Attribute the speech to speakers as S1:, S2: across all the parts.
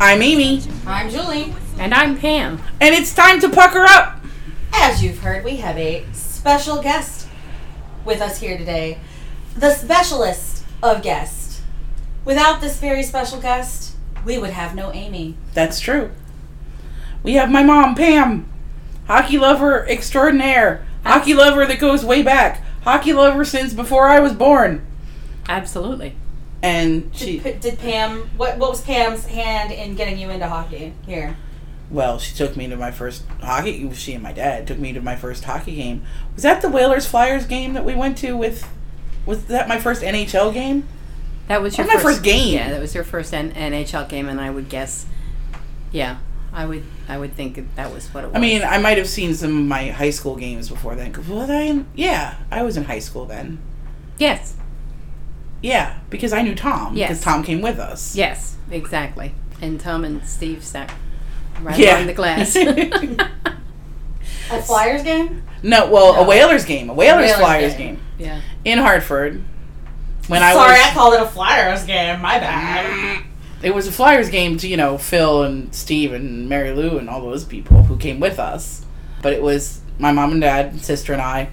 S1: I'm Amy.
S2: I'm Julie.
S3: And I'm Pam.
S1: And it's time to pucker up.
S2: As you've heard, we have a special guest with us here today. The specialist of guests. Without this very special guest, we would have no Amy.
S1: That's true. We have my mom, Pam, hockey lover extraordinaire, hockey lover that goes way back, hockey lover since before I was born.
S3: Absolutely.
S1: And she,
S2: Did, P- did Pam, what, what was Pam's hand in getting you into hockey here?
S1: well, she took me to my first hockey. She and my dad took me to my first hockey game. Was that the Whalers Flyers game that we went to with? Was that my first NHL game?
S3: That was your
S1: That was my first game.
S3: Yeah, that was your first N- NHL game, and I would guess. Yeah, I would. I would think that, that was what it was.
S1: I mean, I might have seen some of my high school games before then. 'cause Was I? In, yeah, I was in high school then.
S3: yes,
S1: Yeah, because I knew Tom.
S3: Yes.
S1: Because Tom came with us.
S3: yes, exactly. And Tom and Steve sat right
S1: Yeah.
S3: on the glass.
S2: A Flyers game?
S1: No, well, a
S3: No.
S1: Whalers game, a Whalers,
S2: Whalers
S1: Flyers
S2: game.
S1: game.
S3: yeah.
S1: in Hartford. When
S2: Sorry, I
S1: I was,
S2: called it a Flyers game. My bad.
S1: it was a Flyers game to you know Phil and Steve and Mary Lou and all those people who came with us. But it was my mom and dad, sister and I,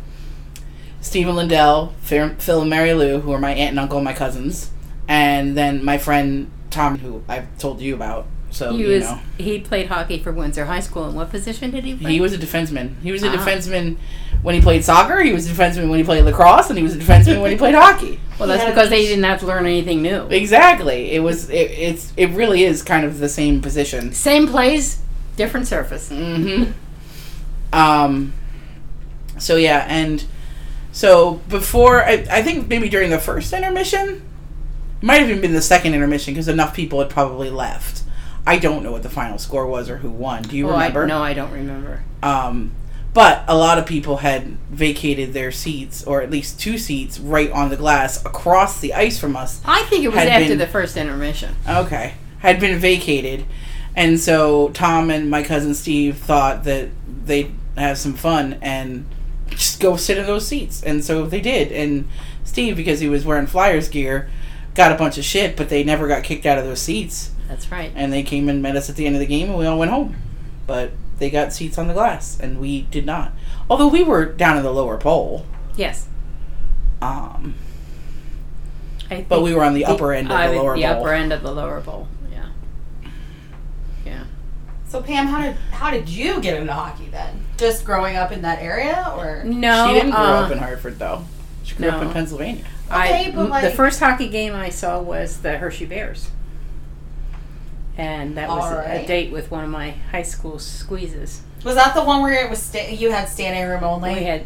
S1: Stephen Lindell, Phil Phil and Mary Lou, who are my aunt and uncle, and my cousins, and then my friend Tom, who I've told you about. So
S3: He
S1: Oh, you
S3: was.
S1: know.
S3: He played hockey for Windsor High School. And what position did he play?
S1: He was a defenseman. He was a
S3: Ah.
S1: defenseman when he played soccer. He was a defenseman when he played lacrosse, and he was a defenseman when he played hockey.
S3: well,
S2: he
S3: that's
S2: had a
S3: because they
S2: beach.
S3: didn't have to learn anything new.
S1: Exactly. It was. It, it's. It really is kind of the same position.
S3: Same place, different surface.
S1: Mm-hmm. Um. So yeah, and so before I, I think maybe during the first intermission, it might have even been the second intermission because enough people had probably left. I don't know what the final score was or who won. Do you
S3: oh,
S1: remember?
S3: I, no, I don't remember.
S1: Um, but a lot of people had vacated their seats, or at least two seats, right on the glass across the ice from us.
S3: I think it was
S1: Had
S3: after
S1: been-
S3: the first intermission.
S1: Okay. Had been vacated. And so Tom and my cousin Steve thought that they'd have some fun and just go sit in those seats. And so they did. And Steve, because he was wearing Flyers gear, got a bunch of shit, but they never got kicked out of those seats.
S3: That's right.
S1: And they came and met us at the end of the game and we all went home. But they got seats on the glass and we did not. Although we were down in the lower pole.
S3: Yes.
S1: Um,
S3: I think
S1: but we were on the upper end of
S3: I
S1: the
S3: would-
S1: lower
S3: the
S1: bowl.
S3: upper end of the lower bowl. Yeah. Yeah.
S2: So Pam, how did how did you get into hockey then? Just growing up in that area, or
S3: No.
S1: she didn't grow
S3: uh,
S1: up in Hartford though. She grew up in
S3: no.
S1: Pennsylvania.
S2: Okay,
S3: I-
S2: but, like-
S3: the first hockey game I saw was the Hershey Bears. And that was a- a
S2: Alright.
S3: date with one of my high school squeezes.
S2: was that the one where it was sta- you had standing room only?
S3: We had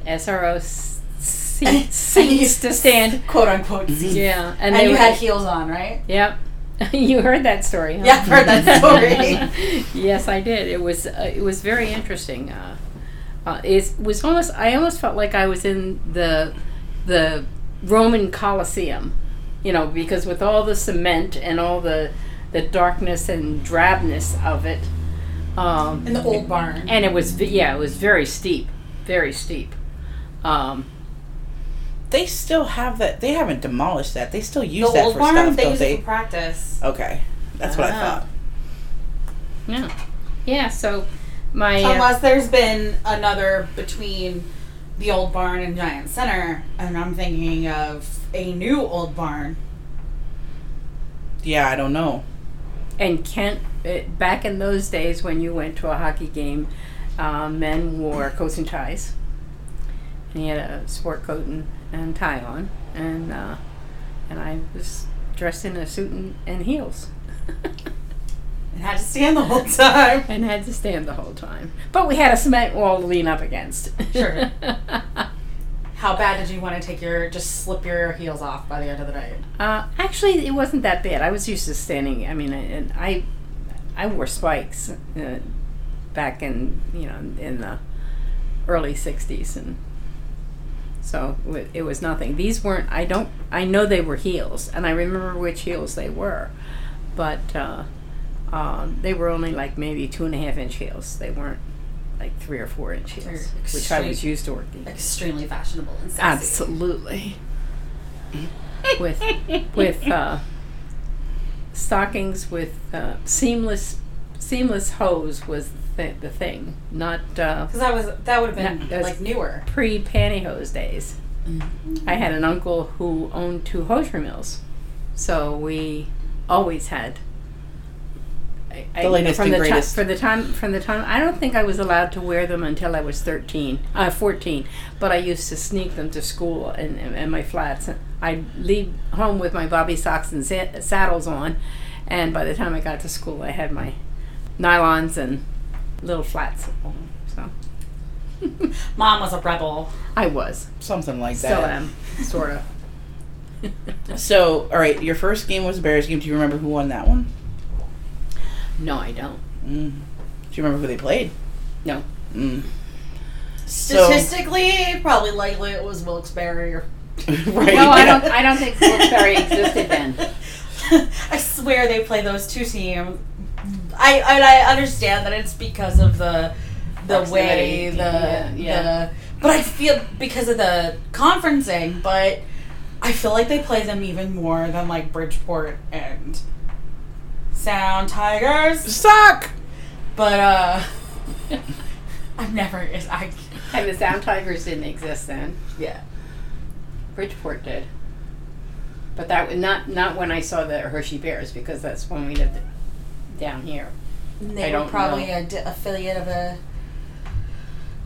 S3: SRO s- seats, seats to stand.
S2: quote unquote seats.
S3: Yeah,
S2: And,
S3: and, they
S2: you
S3: were,
S2: had heels on, right?
S3: Yep. you heard that story, huh?
S2: Yeah, I've heard that story.
S3: yes, I did. It was uh, it was very interesting. Uh, uh, it was almost I almost felt like I was in the the Roman Colosseum, you know, because with all the cement and all the the darkness and drabness of it, um,
S2: In the old barn.
S3: and it was v- yeah, it was very steep, very steep. Um,
S1: They still have that. They haven't demolished that. They still use
S2: the
S1: that
S2: old
S1: for
S2: barn,
S1: stuff,
S2: they
S1: don't
S2: use it
S1: they?
S2: for practice.
S1: Okay, that's what I
S3: Ah.
S1: thought.
S3: yeah, yeah. So my uh,
S2: Unless there's been another between the old barn and Giant Center, and I'm thinking of a new old barn.
S1: Yeah, I don't know.
S3: And Kent, it, back in those days when you went to a hockey game, uh, men wore coats and ties. And he had a sport coat and, and tie on. And, uh, and I was dressed in a suit and, and heels.
S2: It had to stand the whole time.
S3: and had to stand the whole time. But we had a cement wall to lean up against.
S2: Sure. How bad did you want to take your just slip your heels off by the end of the night?
S3: Uh, actually, it wasn't that bad. I was used to standing. I mean, I- and I, I wore spikes uh, back in you know in the early '60s, and so w- it was nothing. These weren't. I don't. I know they were heels, and I remember which heels they were, but uh, um, they were only like maybe two and a half inch heels. They weren't like three or four inch
S2: They're
S3: heels, which I was
S2: extreme-
S3: used to working.
S2: Extremely fashionable and sexy.
S3: Absolutely. with with uh, stockings with uh, seamless seamless hose was the, thi- the thing, not uh,
S2: Because that was that would have been
S3: No, that's-
S2: like newer.
S3: pre pantyhose days.
S1: Mm.
S3: I had an uncle who owned two hosiery mills, so we always had. I- I-
S1: The latest
S3: from
S1: and
S3: the ti-
S1: greatest.
S3: for the time from the time I don't think I was allowed to wear them until I was 13 uh, 14 but I used to sneak them to school and, and, and my flats I'd leave home with my bobby socks and sa- saddles on and by the time I got to school I had my nylons and little flats on so
S2: Mom was a rebel.
S3: I was
S1: Something like that.
S3: still am sort of
S1: So, all right, your first game was a Bears game. Do you remember who won that one?
S3: no I don't
S1: Mm. Do you remember who they played?
S3: No.
S1: Mm. So,
S2: Statistically, probably likely it was Wilkes Barre. or-
S1: right.
S3: No, I
S1: yeah.
S3: don't. I don't think Wilkes-Barre existed then.
S2: I swear they play those two teams. I and I understand that it's because of the the way
S3: Proximity.
S2: the
S3: Yeah, yeah.
S2: the but I feel because of the conferencing, but I feel like they play them even more than like Bridgeport and Sound Tigers.
S1: Suck!
S2: But uh I've never is I
S3: And the Sound Tigers didn't exist then.
S2: yeah.
S3: Bridgeport did. But that was not not when I saw the Hershey Bears because that's when we lived down here.
S2: They
S3: I
S2: were
S3: don't
S2: probably
S3: know.
S2: a d- affiliate of a.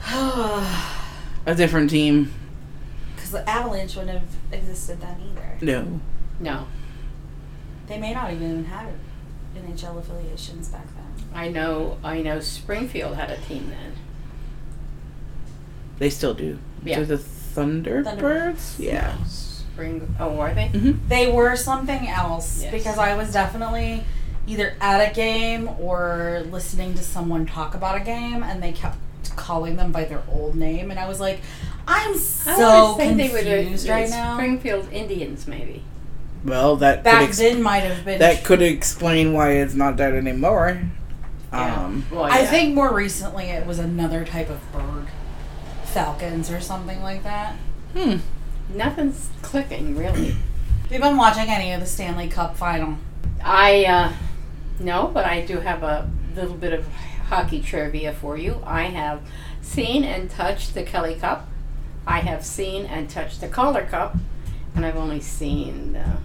S1: A different team.
S2: Because the Avalanche wouldn't have existed then either.
S1: No.
S3: No,
S2: They may not even have NHL affiliations back then.
S3: I know. I know Springfield had a team then.
S1: They still do.
S3: Yeah.
S1: They're the Thunderbirds?
S2: Thunderbirds.
S1: Yeah.
S3: Spring. Oh, are they?
S1: Mm-hmm.
S2: They were something else
S3: Yes.
S2: because I was definitely either at a game or listening to someone talk about a game, and they kept calling them by their old name, and I was like, I'm so confused right now.
S3: Springfield Indians, maybe.
S1: Well, that could,
S2: Back
S1: ex-
S2: then might have been.
S1: that could explain why it's not that anymore.
S3: Yeah.
S1: Um,
S3: Well,
S2: I
S3: yeah.
S2: think more recently it was another type of bird, falcons or something like that.
S1: hmm.
S3: nothing's clicking really.
S2: Have you been watching any of the Stanley Cup final?
S3: I uh, no, but I do have a little bit of hockey trivia for you. I have seen and touched the Kelly Cup. I have seen and touched the Calder Cup, and I've only seen the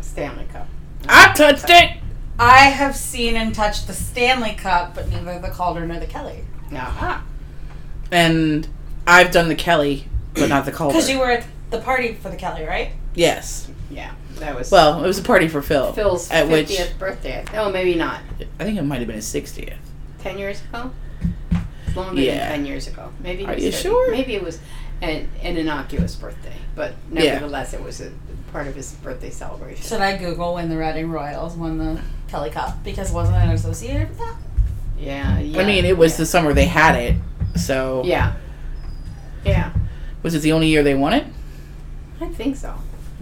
S3: Stanley Cup.
S1: I touched it!
S2: I have seen and touched the Stanley Cup, but neither the Calder nor the Kelly.
S3: Aha!
S1: And I've done the Kelly, but not the Calder.
S2: Because you were at the party for the Kelly, right?
S1: yes.
S3: Yeah, that was
S1: Well, it was a party for Phil.
S3: Phil's
S1: at which-
S3: fiftieth birthday. Oh, maybe not.
S1: I think it might have been his 60th.
S3: Ten years ago. It's Longer
S1: Yeah.
S3: than ten years ago. Maybe. it
S1: Are
S3: was
S1: you
S3: 30.
S1: sure?
S3: Maybe it was an, an innocuous birthday, but
S1: Yeah.
S3: nevertheless, it was a part of his birthday celebration.
S2: Should I Google when the Reading Royals won the Kelly Cup? Because wasn't it associated with that?
S3: Yeah, yeah.
S1: I mean, it was
S3: yeah.
S1: the summer they had it. So,
S3: Yeah. Yeah,
S1: was it the only year they won it?
S3: I think so.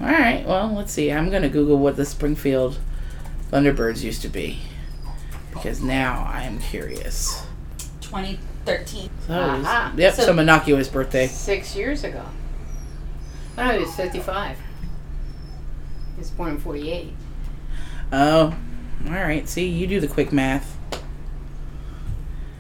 S1: All right. Well, let's see. I'm going to Google what the Springfield Thunderbirds used to be because now I am curious.
S2: 2013.
S1: So, it was-
S3: Aha.
S1: yep,
S2: So-
S1: some innocuous birthday.
S3: Six years ago. When I was 55. He was born in 48.
S1: Oh, all right. See, you do the quick math.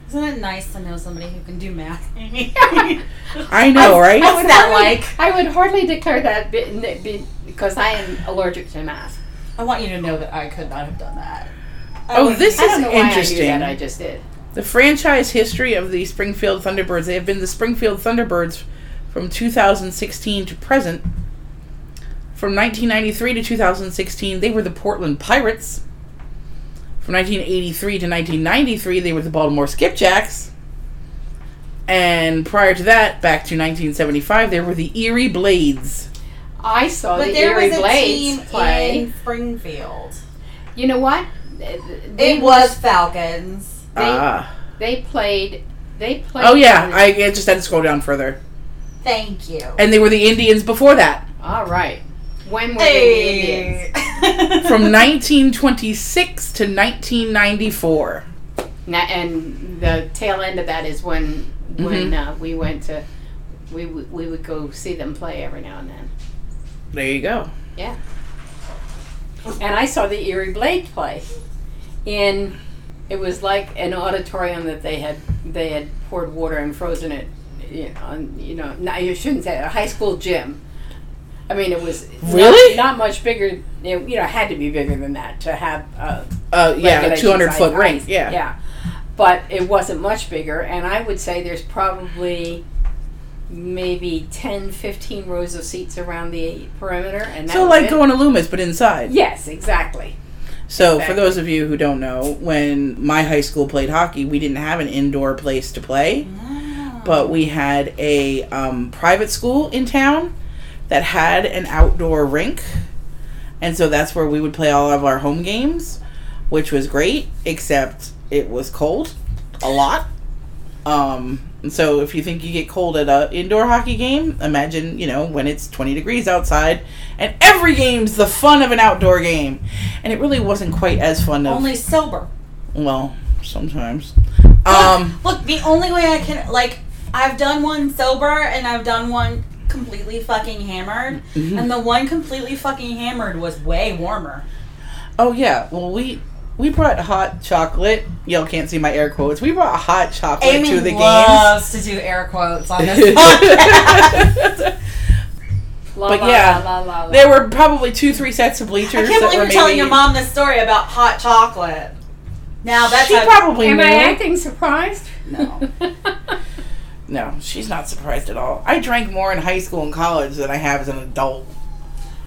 S2: Isn't it nice to know somebody who can do math?
S1: I know, right?
S2: I- What's that
S3: hardly- I would hardly declare that be, n- be, because I am allergic to math.
S2: I want you to know that I could not have done that. I
S1: Oh,
S2: wouldn't
S1: this
S2: be-
S3: I don't
S1: is
S3: know why I
S1: interesting.
S3: knew that. I just did.
S1: The franchise history of the Springfield Thunderbirds. They have been the Springfield Thunderbirds from 2016 to present. From 1993 to 2016, they were the Portland Pirates. From 1983 to 1993, they were the Baltimore Skipjacks. And prior to that, back to 1975, they were the Erie Blades.
S3: I saw
S2: But
S3: the
S2: there
S3: Erie
S2: was a
S3: Blades
S2: team
S3: play.
S2: in Springfield.
S3: You know what? Th- They,
S2: It was Falcons.
S3: They-
S1: Ah.
S3: They played. They played.
S1: oh, yeah. I, I just had to scroll down further.
S2: Thank you.
S1: And they were the Indians before that.
S3: All right. When were they the Indians?
S2: Hey.
S1: From 1926 to 1994.
S3: Na- and the tail end of that is when when uh, we went to we w- we would go see them play every now and then.
S1: There you go.
S3: Yeah. And I saw the Erie Blade play in it was like an auditorium that they had they had poured water and frozen it you know, on, you know no, you shouldn't say that, a high school gym. I mean, it was not-
S1: Really?
S3: not, much bigger. It, you know, it had to be bigger than that to have a
S1: Uh, yeah,
S3: regulation
S1: a 200
S3: size
S1: foot ring.
S3: ice.
S1: Yeah.
S3: Yeah. But it wasn't much bigger, and I would say there's probably maybe 10, 15 rows of seats around the perimeter. And that
S1: So,
S3: was
S1: like
S3: it.
S1: going to Loomis, but inside.
S3: Yes, exactly.
S1: So,
S3: Exactly.
S1: for those of you who don't know, when my high school played hockey, we didn't have an indoor place to play, but we had a um, private school in town that had an outdoor rink. And so that's where we would play all of our home games, which was great, except it was cold a lot. Um, and so if you think you get cold at a indoor hockey game, imagine, you know, when it's 20 degrees outside and every game's the fun of an outdoor game. And it really wasn't quite as fun of,
S2: Only sober.
S1: well, sometimes.
S2: Um,
S1: Um,
S2: look, look, the only way I can like I've done one sober and I've done one completely fucking hammered,
S1: Mm-hmm.
S2: and the one completely fucking hammered was way warmer.
S1: oh yeah, well we we brought hot chocolate. Y'all can't see my air quotes. We brought hot chocolate
S2: Amy
S1: to the games.
S2: loves to do air quotes on this podcast.
S3: La,
S1: But
S3: la,
S1: yeah,
S3: la, la, la, la.
S1: There were probably two, three sets of bleachers.
S2: I
S1: that
S2: can't believe
S1: were
S2: you're telling your
S1: maybe-
S2: mom this story about hot chocolate. Now that's
S1: She
S2: how-
S1: probably
S3: Am
S1: knew.
S3: I acting surprised?
S2: No.
S1: No, she's not surprised at all. I drank more in high school and college than I have as an adult.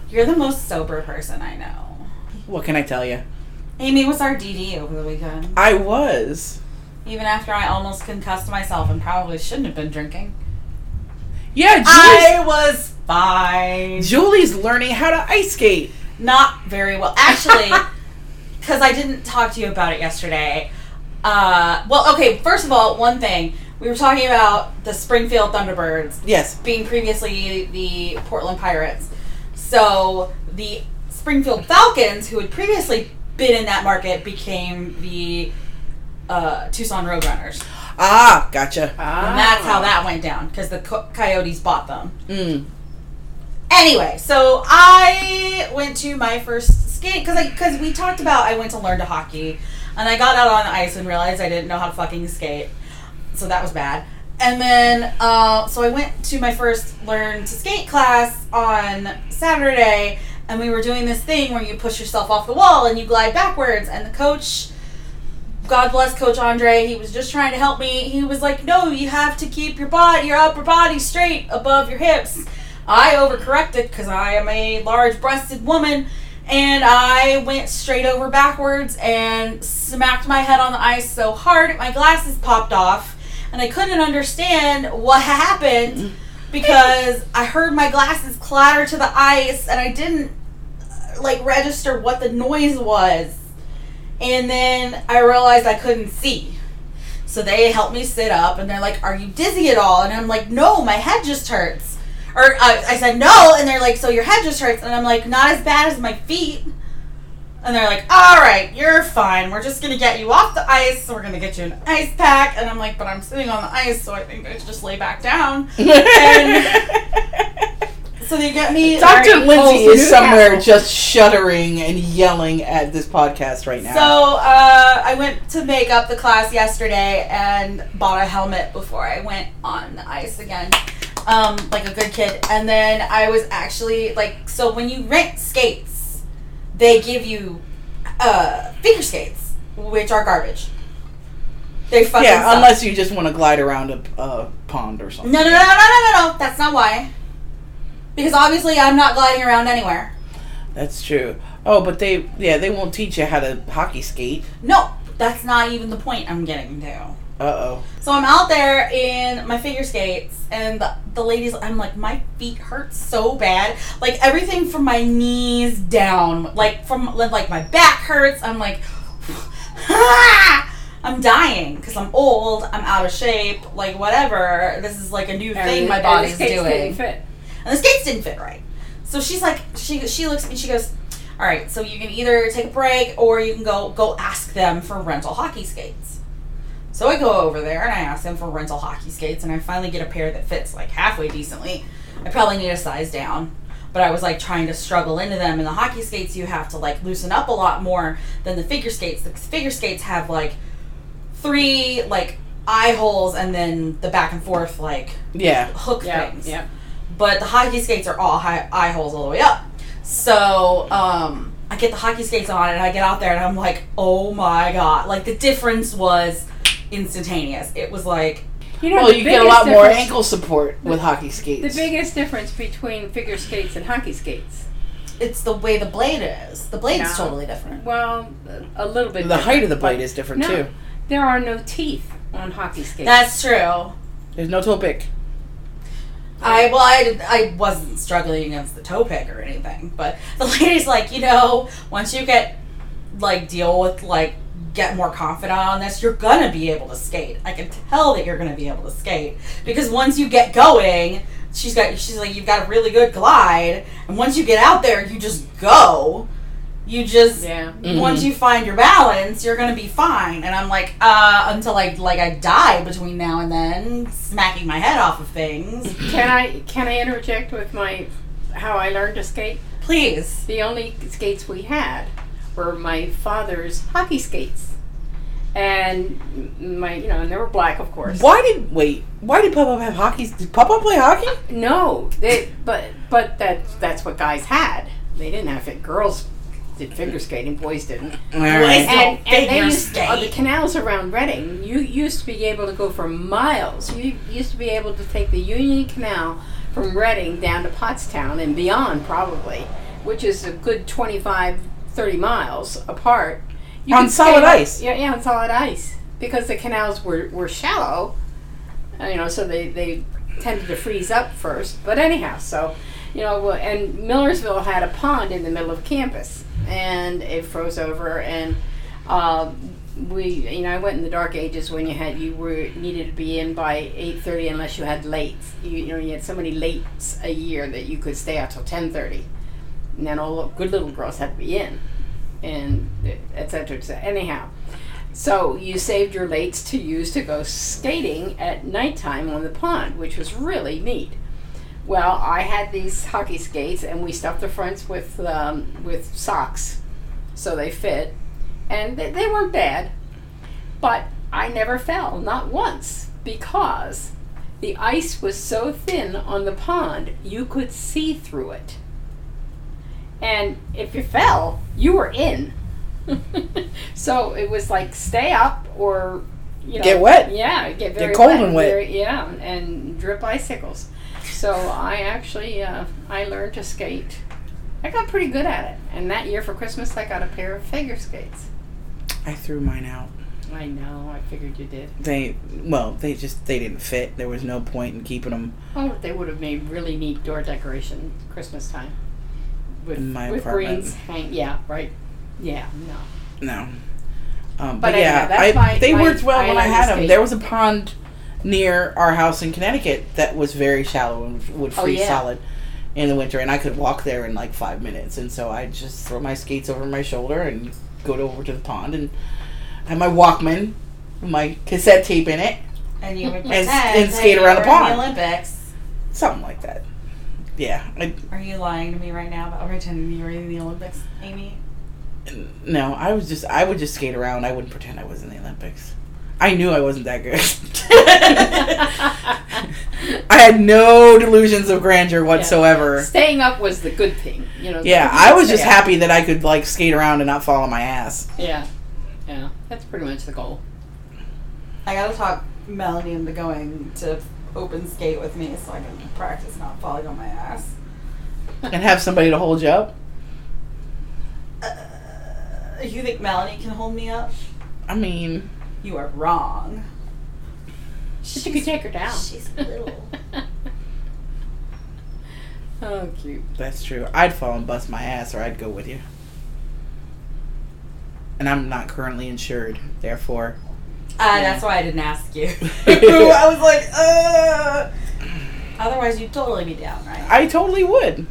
S2: you're the most sober person I know.
S1: What can I tell you?
S2: Amy was our DD over the weekend.
S1: I was.
S2: Even after I almost concussed myself and probably shouldn't have been drinking,
S1: Yeah, Julie's,
S2: I was fine.
S1: Julie's learning how to ice skate.
S2: Not very well, actually, because I didn't talk to you about it yesterday. Uh, well, okay. First of all, one thing we were talking about the Springfield Thunderbirds
S1: Yes.
S2: being previously the Portland Pirates. So the Springfield Falcons, who had previously been in that market, became the uh, Tucson Roadrunners.
S1: Ah, gotcha.
S2: And that's how that went down because the co- Coyotes bought them.
S1: Mm.
S2: Anyway, so I went to my first skate because I because we talked about I went to learn to hockey, and I got out on the ice and realized I didn't know how to fucking skate, so that was bad. And then uh, so I went to my first learn to skate class on Saturday, and we were doing this thing where you push yourself off the wall and you glide backwards, and the coach. God bless Coach Andre. He was just trying to help me. He was like, "No, you have to keep your body, your upper body straight above your hips." I overcorrected because I am a large-breasted woman, and I went straight over backwards and smacked my head on the ice so hard my glasses popped off, and I couldn't understand what happened because I heard my glasses clatter to the ice, and I didn't uh, like register what the noise was and then I realized I couldn't see. So they helped me sit up, and they're like, "Are you dizzy at all?" And I'm like, "No, my head just hurts." Or uh, I, I said no, and they're like, "So your head just hurts?" And I'm like, "Not as bad as my feet." And they're like, "All right, you're fine. We're just gonna get you off the ice. So we're gonna get you an ice pack." And I'm like, "But I'm sitting on the ice, so I think I should just lay back down." So they get me.
S1: Dr. Lindsay
S2: Oh,
S3: Cole's
S1: is somewhere
S3: Newcastle.
S1: just shuddering and yelling at this podcast right now.
S2: So uh, I went to make up the class yesterday and bought a helmet before I went on the ice again, um, like a good kid. And then I was actually like, so when you rent skates, they give you uh, figure skates, which are garbage. They fucking
S1: yeah,
S2: suck.
S1: unless you just want to glide around a, a pond or something.
S2: no, no, no, no, no, no, no. That's not why. Because obviously I'm not gliding around anywhere.
S1: That's true. Oh, but they yeah they won't teach you how to hockey skate.
S2: No, that's not even the point I'm getting to.
S1: Uh oh.
S2: So I'm out there in my figure skates, and the, the ladies, I'm like, my feet hurt so bad. Like everything from my knees down, like from like my back hurts. I'm like, I'm dying because I'm old. I'm out of shape. Like whatever. This is like a new
S3: And
S2: thing
S3: the-
S2: my
S3: and the
S2: body's
S3: skates
S2: doing
S3: didn't fit.
S2: and the skates didn't fit right. So she's like, she she looks at me, she goes, "All right, so you can either take a break or you can go go ask them for rental hockey skates." So I go over there and I ask them for rental hockey skates, and I finally get a pair that fits like halfway decently. I probably need a size down, but I was like trying to struggle into them. In the hockey skates, you have to like loosen up a lot more than the figure skates. The figure skates have like three like eye holes and then the back and forth like
S1: Yeah.
S2: hook
S3: Yeah.
S2: things
S3: Yeah.
S2: but the hockey skates are all high, eye holes all the way up. So um, I get the hockey skates on and I get out there and I'm like, oh my god! Like the difference was instantaneous. It was like
S3: You know,
S1: Well,
S3: the
S1: you get a
S3: biggest
S1: lot more
S3: difference-
S1: ankle support with hockey
S3: The
S1: skates.
S3: biggest difference between figure skates and hockey skates.
S2: it's the way the blade is. The blade's
S3: Yeah.
S2: totally different.
S3: Well, a little bit.
S1: the height of the
S3: different,
S1: blade
S3: but
S1: is different
S3: no.
S1: too.
S3: There are no teeth on hockey skates.
S2: That's true.
S1: There's no toe pick.
S2: I well, I, did- I wasn't struggling against the toe pick or anything, but the lady's like, you know, once you get like deal with like get more confident on this, you're gonna be able to skate. I can tell that you're gonna be able to skate because once you get going, she's got she's like you've got a really good glide, and once you get out there, you just go. You just
S3: yeah.
S1: Mhm.
S2: once you find your balance, you're gonna be fine. And I'm like, uh, until I like I die between now and then, smacking my head off of things.
S3: Can I can I interject with my how I learned to skate?
S2: Please.
S3: The only skates we had were my father's hockey skates, and my you know, and they were black, of course.
S1: Why did wait? Why did Papa have hockey? Did Papa play hockey?
S3: No, they, but but that that's what guys had. They didn't have it. Girls did figure skating, boys didn't.
S2: Alright.
S3: And,
S2: No,
S3: and they
S2: figure
S3: used
S2: skate.
S3: uh, the canals around Reading. You used to be able to go for miles. You used to be able to take the Union Canal from Reading down to Pottstown and beyond, probably, which is a good 25, 30 miles apart. You
S1: On
S3: could
S1: solid
S3: skate-
S1: ice.
S3: Yeah, yeah, on solid ice because the canals were were shallow. uh, You know, so they they tended to freeze up first. But anyhow, so you know, well, and Millersville had a pond in the middle of campus, and it froze over, and um, we, you know, I went in the dark ages when you had you were needed to be in by eight thirty unless you had late. You, you know, you had so many lates a year that you could stay out till ten thirty, and then all the good little girls had to be in, and et cetera, et cetera. Anyhow. So you saved your lates to use to go skating at nighttime on the pond, which was really neat. Well, I had these hockey skates, and we stuffed the fronts with um, with socks, so they fit, and they, they weren't bad. But I never fell, not once, because the ice was so thin on the pond you could see through it. And if you fell, you were in. so it was like stay up or you know
S1: Get wet.
S3: Yeah, get very
S1: cold and wet.
S3: very- yeah, and drip icicles. So I actually uh, I learned to skate. I got pretty good at it, and that year for Christmas I got a pair of figure skates.
S1: I threw mine out.
S3: I know, I figured you did.
S1: They well, they just they didn't fit. There was no point in keeping them.
S3: Oh, they would have made really neat door decoration Christmas time. With,
S1: In my
S3: with
S1: apartment.
S3: greens, hang, yeah, right, yeah, no.
S1: No. Um,
S3: But
S1: but,
S3: anyhow,
S1: yeah,
S3: that's
S1: I,
S3: my-
S1: they
S3: my
S1: worked well when I
S3: island
S1: had them.
S3: escape.
S1: There was a pond near our house in Connecticut that was very shallow and would
S3: Oh,
S1: freeze
S3: yeah.
S1: solid in the winter, and I could walk there in like five minutes. And so I just throw my skates over my shoulder and go to, over to the pond, and I had my Walkman, with my cassette tape in it,
S2: and you would
S1: And
S2: pretend
S1: s- and skate around
S2: the
S1: the pond.
S2: The Olympics.
S1: something like that. Yeah, I,
S2: Are you lying to me right now about pretending you were in the Olympics, Amy?
S1: no, I was just I would just skate around. I wouldn't pretend I was in the Olympics. I knew I wasn't that good. I had no delusions of grandeur whatsoever.
S3: Staying up was the good thing, you know.
S1: Yeah,
S3: you
S1: I
S3: could
S1: was
S3: stay
S1: just
S3: up.
S1: happy that I could like skate around and not fall on my ass.
S3: Yeah, yeah, that's pretty much the goal.
S2: I gotta talk Melanie into going to open skate with me so I can practice not falling on my ass.
S1: And have somebody to hold you up.
S2: Uh, you think Melanie can hold me up?
S1: I mean,
S2: You are wrong.
S3: But you could take her down.
S2: she's little.
S3: oh, cute.
S1: that's true. I'd fall and bust my ass, or I'd go with you. And I'm not currently insured, therefore.
S2: Uh, That's why I didn't ask you. I
S1: I
S2: was like, uh. Otherwise, you'd totally be down, right?
S1: totally would.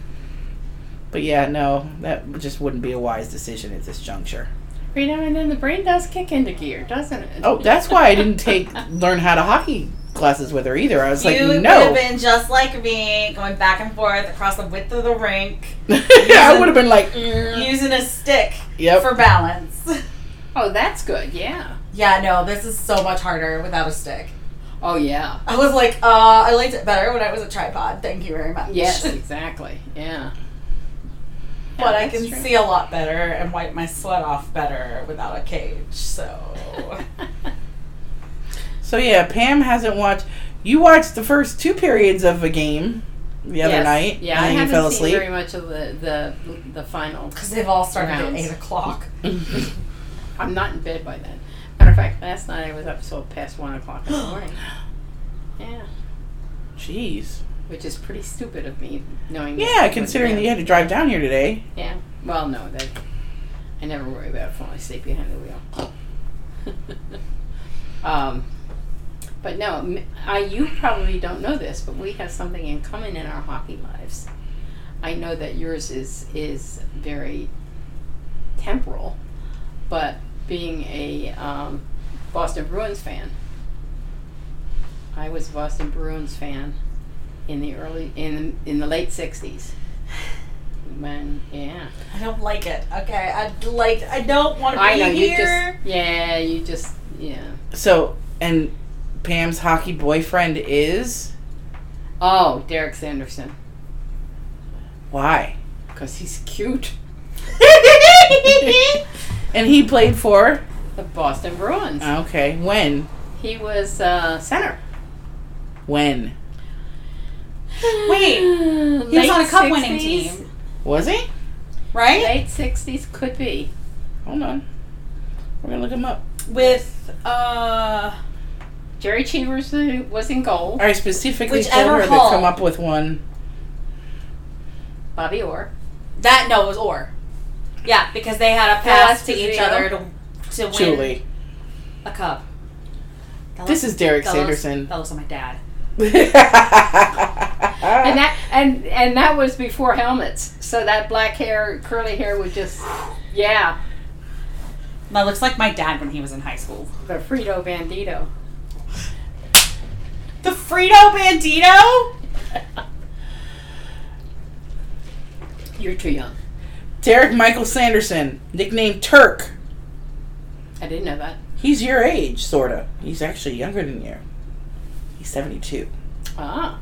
S1: But yeah, no, that just wouldn't be a wise decision at this juncture.
S3: Every now and then the brain does kick into gear, doesn't it?
S1: Oh, that's why I didn't take learn how to hockey classes with her either. I was like,
S2: you would
S1: no.
S2: have been just like me, going back and forth across the width of the rink,
S1: I would have been like, mm.
S2: using a stick
S1: yep.
S2: for balance.
S3: Oh, that's good. Yeah.
S2: yeah, no, this is so much harder without a stick.
S3: Oh, yeah.
S2: I was like, uh, I liked it better when I was a tripod. Thank you very much.
S3: Yes, exactly. Yeah.
S2: but I
S3: that's
S2: can
S3: true.
S2: see a lot better and wipe my sweat off better without a cage. So
S1: So yeah, Pam hasn't watched. You watched the first two periods of a game the other
S3: Yes.
S1: night,
S3: Yeah, I
S1: and then
S3: haven't
S1: you fell
S3: seen
S1: asleep.
S3: very much of the the the final.
S2: because they've all started
S3: Rounds.
S2: at eight o'clock.
S3: I'm not in bed by then. Matter of fact, last night I was up till past one o'clock in the morning. Yeah,
S1: Jeez.
S3: which is pretty stupid of me, knowing. that it
S1: Yeah,
S3: was
S1: considering that
S3: them.
S1: you had to drive down here today.
S3: Yeah. Well, no, that I never worry about falling asleep behind the wheel. um, but no, m- I you probably don't know this, but we have something in common in our hockey lives. I know that yours is is very temporal, but being a um, Boston Bruins fan, I was a Boston Bruins fan in the early in in the late '60s when yeah.
S2: I don't like it. Okay, I like. I don't want to be
S3: I know you
S2: here.
S3: just yeah, you just yeah.
S1: So, and Pam's hockey boyfriend is
S3: Oh, Derek Sanderson,
S1: why?
S3: because he's cute.
S1: And he played for
S3: The Boston Bruins.
S2: Oh.
S1: okay. When?
S3: He was uh, center.
S1: When
S2: Wait,
S3: he
S2: was on a cup-winning team.
S1: was he?
S2: right?
S3: Late sixties could be.
S1: Hold on, we're gonna look him up.
S2: With uh,
S3: Jerry Cheevers uh, was in goal.
S1: I specifically told
S2: Whichever
S1: her
S2: hall.
S1: to come up with one.
S3: Bobby Orr.
S2: that no, it was Orr. Yeah, because they had a pass to each
S3: Esposito.
S2: other to to win
S1: Julie,
S2: a cup. That
S1: this is Derek
S2: that looks-
S1: Sanderson.
S2: That looks like my dad.
S3: And that and and that was before helmets. So that black hair, curly hair was just yeah,
S2: That looks like my dad when he was in high school.
S3: the Frito Bandito.
S2: The Frito Bandito?
S3: You're too young.
S1: Derek Michael Sanderson, nicknamed Turk.
S3: I didn't know that.
S1: He's your age, sorta. He's actually younger than you. He's 72.
S3: Ah.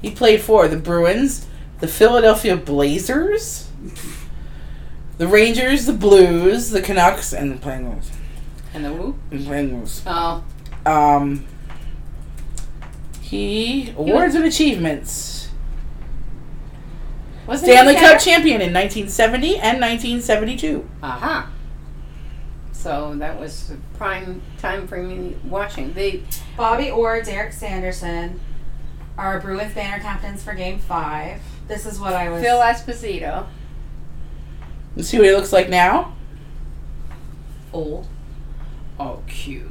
S1: He played for the Bruins, the Philadelphia Blazers, the Rangers, the Blues, the Canucks, and the Penguins.
S3: And the whoop.
S1: And Penguins.
S3: Oh,
S1: Um, he awards and achievements.
S3: was
S1: Stanley Cup champion in 1970 and 1972.
S3: Aha. So that was the prime time for me watching. They
S2: Bobby Orr, Derek Sanderson are Bruins banner captains for game five. This is what I was.
S3: Phil Esposito.
S1: You see what he looks like now?
S2: old.
S3: Oh, cute.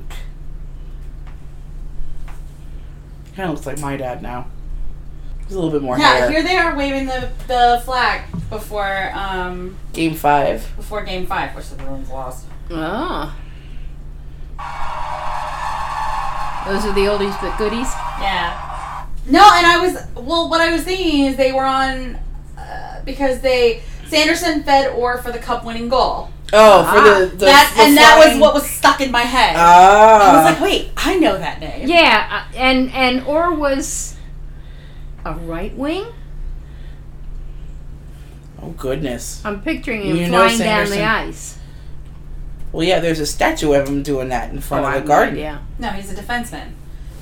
S1: Kind of looks like my dad now. He's a little bit more
S2: Yeah,
S1: hair.
S2: here they are waving the, the flag before um
S1: Game five.
S2: before game five, which the Bruins lost.
S3: Ah. Those are the oldies but goodies.
S2: Yeah. No, and I was well. What I was thinking is they were on uh, because they Sanderson fed Orr for the cup winning goal.
S1: Oh,
S3: Ah,
S1: for the, the
S2: that
S1: the
S2: and that was
S1: flying-
S2: what was stuck in my head. I was
S1: Ah,
S2: like, wait, I know that name.
S3: Yeah, uh, and and Orr was a right wing.
S1: oh goodness.
S3: I'm picturing him
S1: You know
S3: flying down the
S1: Sanderson.
S3: ice.
S1: Well, yeah, there's a statue of him doing that in
S3: Oh,
S1: front of the garden.
S3: Yeah,
S2: No, he's a defenseman.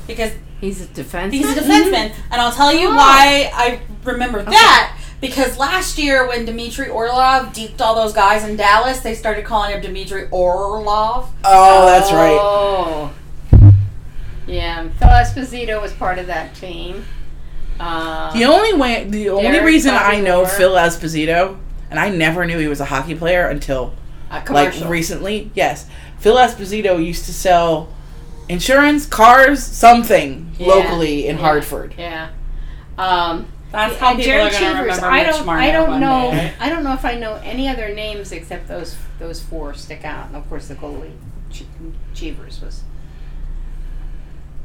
S2: Because
S3: he's a defenseman.
S2: he's a defenseman, and I'll tell you
S3: Oh.
S2: why I remember that. Because last year, when Dmitry Orlov deked all those guys in Dallas, they started calling him Dmitry Orlov.
S1: Oh, that's right.
S3: Oh. Yeah, Phil Esposito was part of that team. Uh,
S1: The only way, the only
S3: Derek
S1: reason I
S3: Bobby
S1: know
S3: Moore.
S1: Phil Esposito, and I never knew he was a hockey player until
S3: a
S1: like
S3: commercial.
S1: recently. Yes, Phil Esposito used to sell insurance, cars, something
S3: Yeah,
S1: locally in
S3: yeah.
S1: Hartford.
S3: Yeah. Um,
S2: That's
S3: and Jerry Cheevers. I don't. I don't know. I don't know if I know any other names except those. Those four stick out, and of course the goalie, Che- Cheevers was.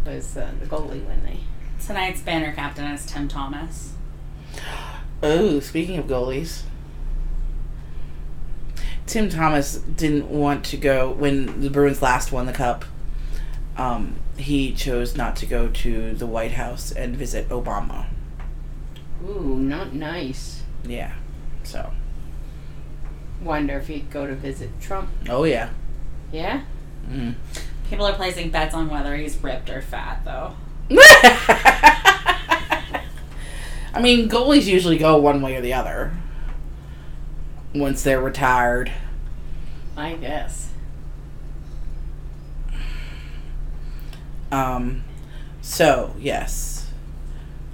S3: was uh, the goalie when they.
S2: Tonight's banner captain is Tim Thomas.
S1: Oh, speaking of goalies, Tim Thomas didn't want to go when the Bruins last won the cup. Um, he chose not to go to the White House and visit Obama.
S3: Ooh, not nice.
S1: Yeah, so
S3: Wonder if he'd go to visit Trump.
S1: oh yeah,
S3: Yeah?
S1: mm.
S2: People are placing bets on whether he's ripped or fat, though.
S1: I mean goalies usually go one way or the other once they're retired.
S3: I guess.
S1: Um, so yes,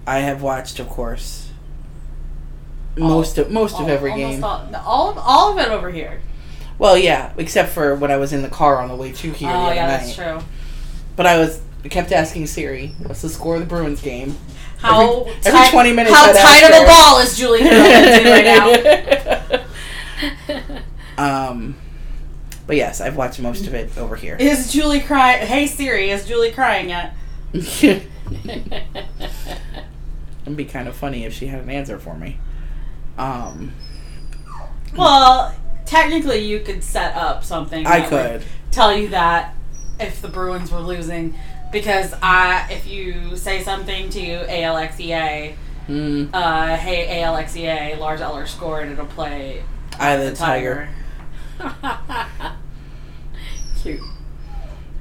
S1: I have watched, of course, most of most of
S2: Al-
S1: every
S2: almost
S1: game.
S2: All, all, of, all of it over here.
S1: Well, yeah, except for when I was in the car on the way to here. the
S2: oh,
S1: other
S2: yeah,
S1: night.
S2: that's true.
S1: But I was I kept asking Siri, "What's the score of the Bruins game?"
S2: How
S1: every 20 minutes
S2: How
S1: I'd
S2: tight
S1: ask
S2: of
S1: her.
S2: a ball is Julie Hill into right now?
S1: um, but yes, I've watched most of it over here.
S2: Is Julie crying? Hey Siri, is Julie crying yet?
S1: It'd be kind of funny if she had an answer for me. Um,
S2: Well, technically, you could set up something.
S1: I
S2: that would
S1: could.
S2: tell you that if the Bruins were losing, because I, if you say something to Alexea,
S1: Mm,
S2: E uh, hey Alexea, Lars Eller scored, it'll play
S1: I the tiger.
S3: Cute.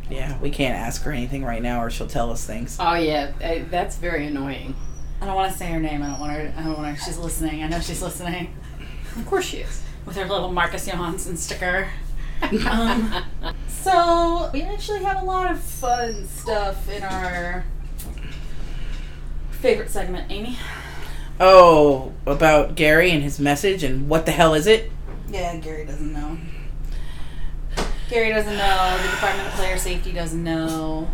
S1: Yeah, we can't ask her anything right now, or she'll tell us things.
S3: Oh, yeah, eh, that's very annoying.
S2: I don't want to say her name. I don't want her. I don't want her. She's listening. I know she's listening
S3: Of course she is.
S2: with her little Marcus Johansson sticker. Um, So we actually have a lot of fun stuff in our favorite segment, Amy.
S1: Oh, about Gary and his message, and what the hell is it?
S2: Yeah, Gary doesn't know. Gary doesn't know. The Department of Player Safety doesn't know.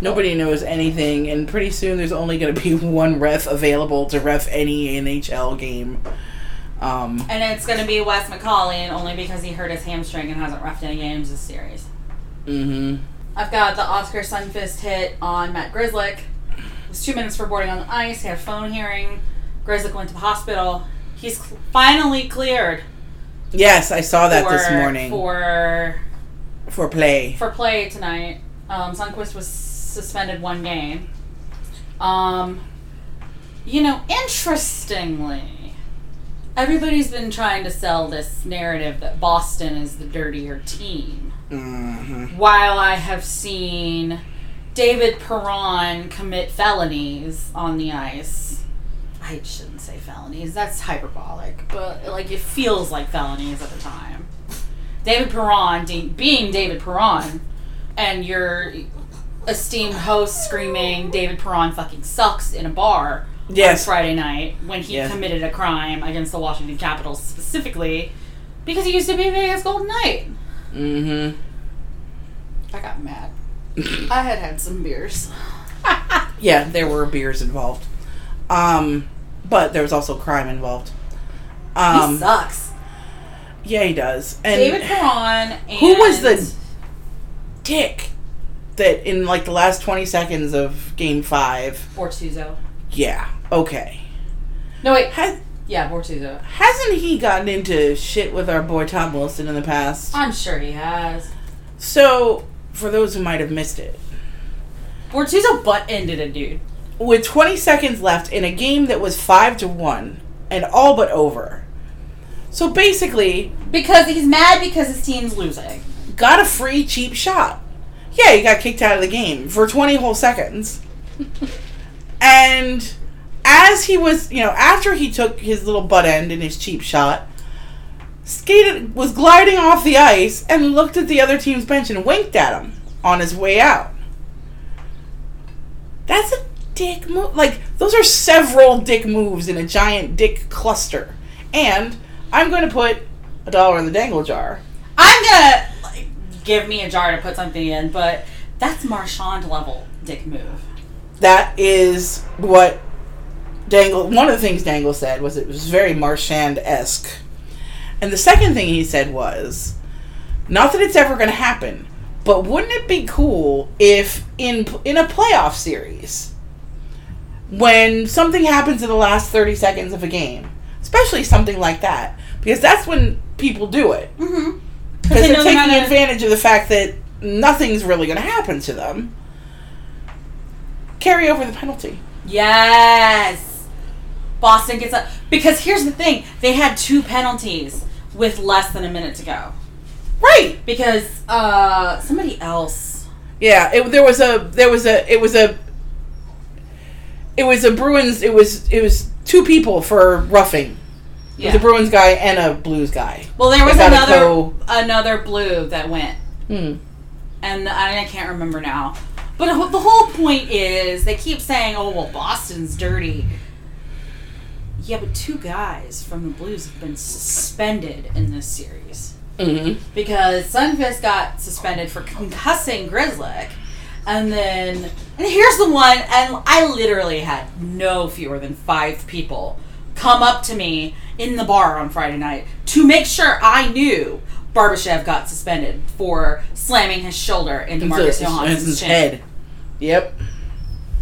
S1: Nobody knows anything, and pretty soon there's only going to be one ref available to ref any NHL game. Um,
S2: And it's going to be Wes McCauley, only because he hurt his hamstring and hasn't roughed any games this series.
S1: hmm
S2: I've got the Oscar Sunfist hit on Matt Grizzlick. It was two minutes for boarding on the ice. He had a phone hearing. Grizzlick went to the hospital. He's cl- finally cleared
S1: Yes, I saw that this
S2: for-
S1: morning for,
S2: for
S1: play.
S2: for play tonight. Um, Sunquist was suspended one game. Um, you know, interestingly, everybody's been trying to sell this narrative that Boston is the dirtier team.
S1: hmm
S2: While I have seen David Perron commit felonies on the ice. I shouldn't say felonies, that's hyperbolic, but like it feels like felonies at the time. David Perron, de- being David Perron, and your esteemed host screaming David Perron fucking sucks in a bar
S1: Yes.
S2: on Friday night when he
S1: Yes.
S2: committed a crime against the Washington Capitals specifically because he used to be a Vegas Golden Knight.
S1: hmm
S2: I got mad. I had had some beers.
S1: Yeah, there were beers involved, um, but there was also crime involved.
S2: he
S1: Um,
S2: sucks.
S1: yeah, he does. And
S2: David Perron and
S1: Who was the- dick that in like the last twenty seconds of Game Five.
S2: Bortuzzo?
S1: Yeah. Okay.
S2: No wait,
S1: Has,
S2: yeah, Bortuzzo.
S1: hasn't he gotten into shit with our boy Tom Wilson in the past?
S2: I'm sure he has.
S1: So, for those who might have missed it,
S2: Bortuzzo butt ended a dude.
S1: with 20 seconds left in a game that was 5 to 1 and all but over. So basically,
S2: Because he's mad because his team's losing.
S1: got a free cheap shot. Yeah, he got kicked out of the game for 20 whole seconds. and as he was, you know, after he took his little butt end in his cheap shot, skated was gliding off the ice and looked at the other team's bench and winked at him on his way out. That's a dick move. Like those are several dick moves in a giant dick cluster. And I'm going to put a dollar in the dangle jar.
S2: I'm gonna like, give me a jar to put something in, but that's Marchand level dick move.
S1: that is what Dangle. One of the things Dangle said was it was very Marchand esque, and the second thing he said was, not that it's ever going to happen, But wouldn't it be cool if in in a playoff series, when something happens in the last thirty seconds of a game, especially something like that, because that's when people do it
S2: Mm-hmm.
S1: because
S2: they
S1: they're taking
S2: know they're not gonna-
S1: advantage of the fact that nothing's really going to happen to them. Carry over the penalty.
S2: Yes. Boston gets up because here's the thing: they had two penalties with less than a minute to go
S1: Right.
S2: because uh, somebody else.
S1: Yeah, it, there was a there was a it was a it was a Bruins it was it was two people for roughing. It was
S2: Yeah.
S1: a Bruins guy and a Blues guy.
S2: Well, there was
S1: They gotta
S2: another
S1: go-
S2: another blue that went,
S1: Hmm.
S2: and I, I can't remember now. But the whole point is they keep saying, "Oh well, Boston's dirty." Yeah, but two guys from the Blues have been suspended in this series.
S1: Mm-hmm.
S2: because Sunfist got suspended for concussing Grizzlick. And then, and here's the one, and I literally had no fewer than five people come up to me in the bar on Friday night to make sure I knew Barbashev got suspended for slamming his shoulder into Marcus Johansson's chin.
S1: head. Yep.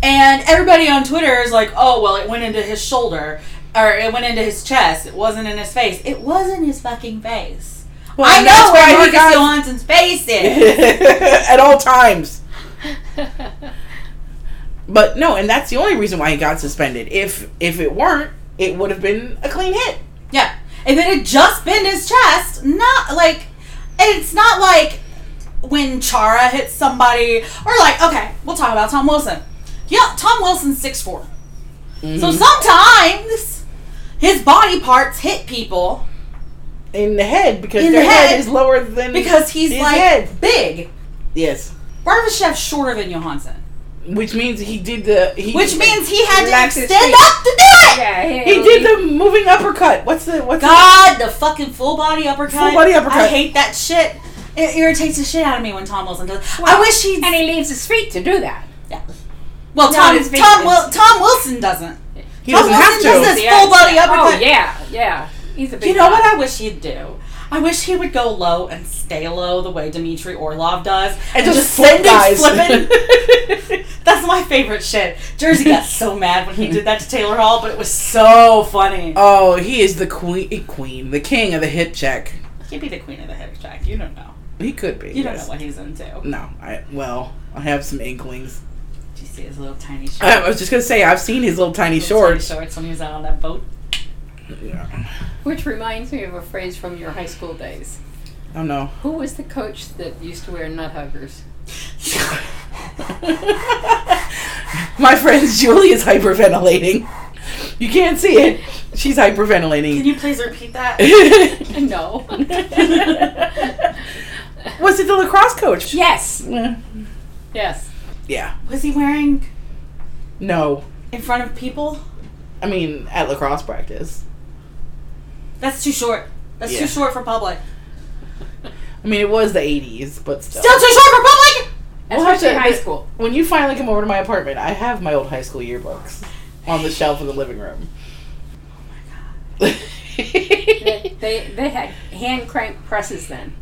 S2: And everybody on Twitter is like, oh, well, it went into his shoulder, or it went into his chest. It wasn't in his face. It was in his fucking face.
S1: Well,
S2: I
S1: and
S2: know
S1: that's why
S2: where
S1: he
S2: Marcus
S1: got-
S2: Johansson's face is.
S1: At all times. But no, and that's the only reason why he got suspended. If if it weren't, it would have been a clean hit.
S2: Yeah. If it had just been his chest, not like it's not like when Chara hits somebody or like, okay, we'll talk about Tom Wilson. Yeah, Tom Wilson's six four. So
S1: Mm-hmm.
S2: sometimes his body parts hit people
S1: In the head because
S2: In
S1: their
S2: the
S1: head.
S2: head.
S1: is lower than
S2: because he's
S1: his
S2: like
S1: head.
S2: big.
S1: Yes.
S2: Barbashev's shorter than Johansson.
S1: Which means he did the he
S2: Which means he had
S3: Relax
S2: to
S3: his
S2: stand
S3: feet.
S2: up to do it!
S3: Yeah,
S1: he did the moving uppercut. What's the what's
S2: God, the fucking full body uppercut.
S1: Full body uppercut.
S2: I hate that shit. It irritates the shit out of me when Tom Wilson does. it. I
S3: Well,
S2: wish he'd
S3: And he leaves his feet to do that.
S2: Well,
S3: No,
S2: Tom,
S3: it's
S2: Tom,
S3: Vegas.
S2: Wil- Tom Wilson doesn't.
S1: the, he
S2: Tom
S1: doesn't have
S2: Wilson does
S1: to.
S2: this full body uppercut.
S3: Oh yeah, yeah. He's a big.
S2: You know what
S3: guy.
S2: I wish he'd do? I wish he would go low and stay low the way Dmitry Orlov does,
S1: And just
S2: send
S1: flip
S2: him
S1: guys.
S2: flipping. That's my favorite shit. Jersey got so mad when he did that to Taylor Hall, but it was so funny.
S1: Oh, he is the queen eh, queen, the king of the hip check.
S2: He'd be the queen of the hip check. You don't know.
S1: He could be.
S2: You don't
S1: yes.
S2: know what he's into.
S1: No, I well, I have some inklings.
S2: Did you see his little tiny shorts?
S1: I, I was just gonna say I've seen his little tiny
S2: Little tiny
S1: shorts.
S2: shorts when he was out on that boat.
S1: Yeah.
S3: Which reminds me of a phrase from your high school days.
S1: Oh no.
S3: Who was the coach that used to wear nut huggers?
S1: My friend Julie is hyperventilating. You can't see it. She's hyperventilating.
S2: Can you please repeat that?
S3: no.
S1: Was it the lacrosse coach?
S3: yes.
S1: Yeah.
S3: Yes.
S1: Yeah.
S2: Was he wearing
S1: No.
S2: in front of people?
S1: I mean, at lacrosse practice.
S2: That's too short. That's
S1: Yeah.
S2: too short for public.
S1: I mean, it was the 80s, but still.
S2: Still too short for public.
S1: We'll have
S3: Especially
S1: to-
S3: high school.
S1: When you finally come over to my apartment, I have my old high school yearbooks on the shelf in the living room. Oh my
S3: They, they they had hand crank presses then.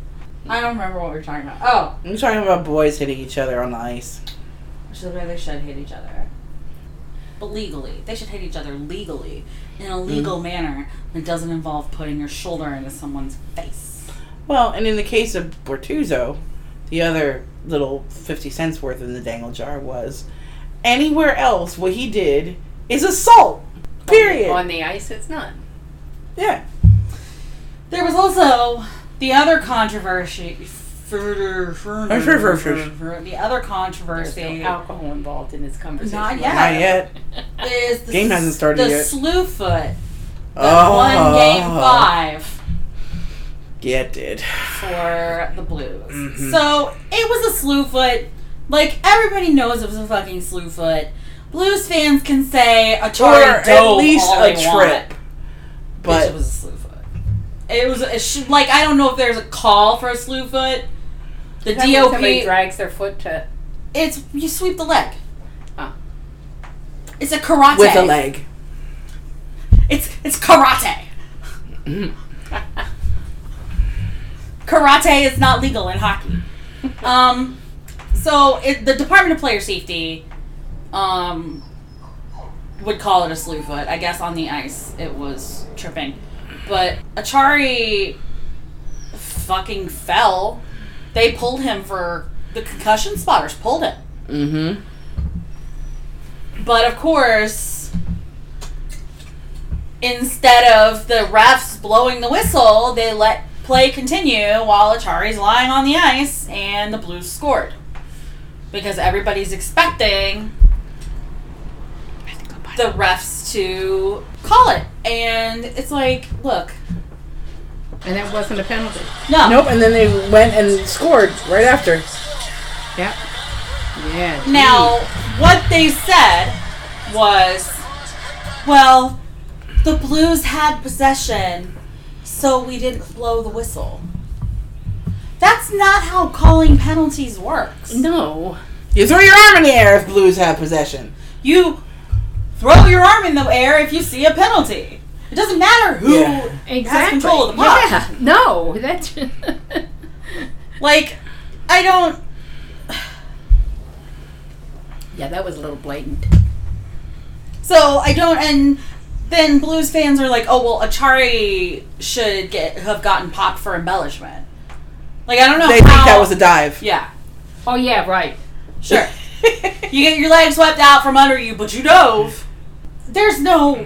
S2: I don't remember what we were talking about. Oh,
S1: I'm talking about boys hitting each other on the ice.
S2: which is why they should hate each other. But legally, they should hate each other legally in a legal manner that doesn't involve putting your shoulder into someone's face.
S1: Well, and in the case of Bortuzzo, the other little 50 cents worth in the dangle jar was anywhere else what he did is assault. Period.
S3: On the ice, it's not.
S1: yeah.
S2: There was also the other controversy. The other
S3: There's no
S2: controversy.
S3: alcohol involved in this conversation.
S2: Not yet.
S1: Not yet.
S2: Is the
S1: Game hasn't started
S2: the
S1: yet. Oh.
S2: slew foot that won game five.
S1: Yeah, Uh-huh. it did.
S2: for the Blues.
S1: Mhm.
S2: So it was a slew foot. Like everybody knows it was a fucking slew foot. Blues fans can say a
S1: Or
S2: char
S1: at least a trip.
S2: but
S1: But
S2: it was a slew foot. It was it should, like I don't know if there's a call for a slew foot. The
S3: Sometimes when Somebody
S2: DOP,
S3: drags their foot to.
S2: it's you sweep the leg.
S3: Oh.
S2: It's a karate.
S1: with a leg.
S2: It's it's karate. karate is not legal in hockey. Um, so it, the Department of Player Safety, um, would call it a slew foot. I guess on the ice it was tripping, but Achari fucking fell. They pulled him for the concussion spotters pulled him,
S1: Mm-hmm.
S2: but of course. Instead of the refs blowing the whistle, they let play continue while Achari's lying on the ice and the Blues scored. Because everybody's expecting the refs to call it. And it's like, look,
S3: And it wasn't a penalty.
S2: no.
S1: Nope, and then they went and scored right after.
S3: Yep. Yeah. gee.
S2: Now, what they said was, well, the Blues had possession, so we didn't blow the whistle. That's not how calling penalties works.
S3: No.
S1: You throw your arm in the air if Blues have possession.
S2: You throw your arm in the air if you see a penalty. It doesn't matter who.
S1: Yeah.
S3: Exactly.
S2: control of the puck.
S3: Yeah. No. That's.
S2: Like, I don't.
S3: yeah, that was a little blatant.
S2: So I don't, and then blues fans are like, oh well, Achari should get have gotten popped for embellishment. Like I don't know.
S1: They think
S2: how,
S1: that was a dive.
S2: yeah,
S3: Oh yeah, right.
S2: sure. you get your legs swept out from under you, but you dove. There's no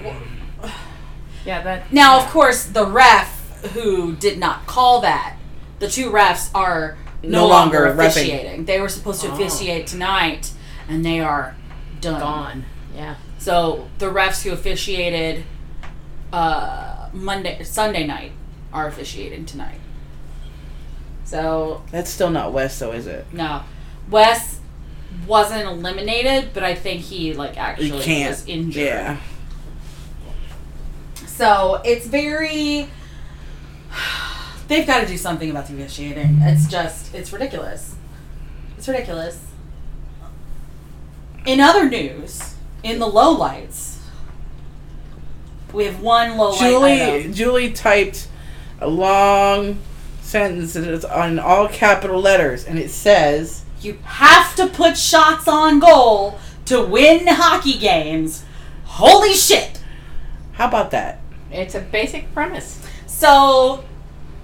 S3: Yeah, that.
S2: now. Of course, the ref who did not call that. The two refs are no,
S1: No
S2: longer,
S1: longer refing.
S2: officiating. They were supposed to
S3: Oh.
S2: officiate tonight, and they are done.
S3: gone. Yeah.
S2: So the refs who officiated uh, Monday, Sunday night are officiating tonight. So
S1: That's still not West, though, is it?
S2: no, Wes wasn't eliminated, but I think he like actually
S1: You can't.
S2: was injured.
S1: Yeah.
S2: So it's very. They've got to do something about the officiating. It's just, it's ridiculous. It's ridiculous. In other news, in the lowlights, we have one low light
S1: Julie
S2: item.
S1: Julie typed a long sentence and it's on all capital letters and it says
S2: You have to put shots on goal to win hockey games. Holy shit!
S1: how about that
S3: It's a basic premise.
S2: So,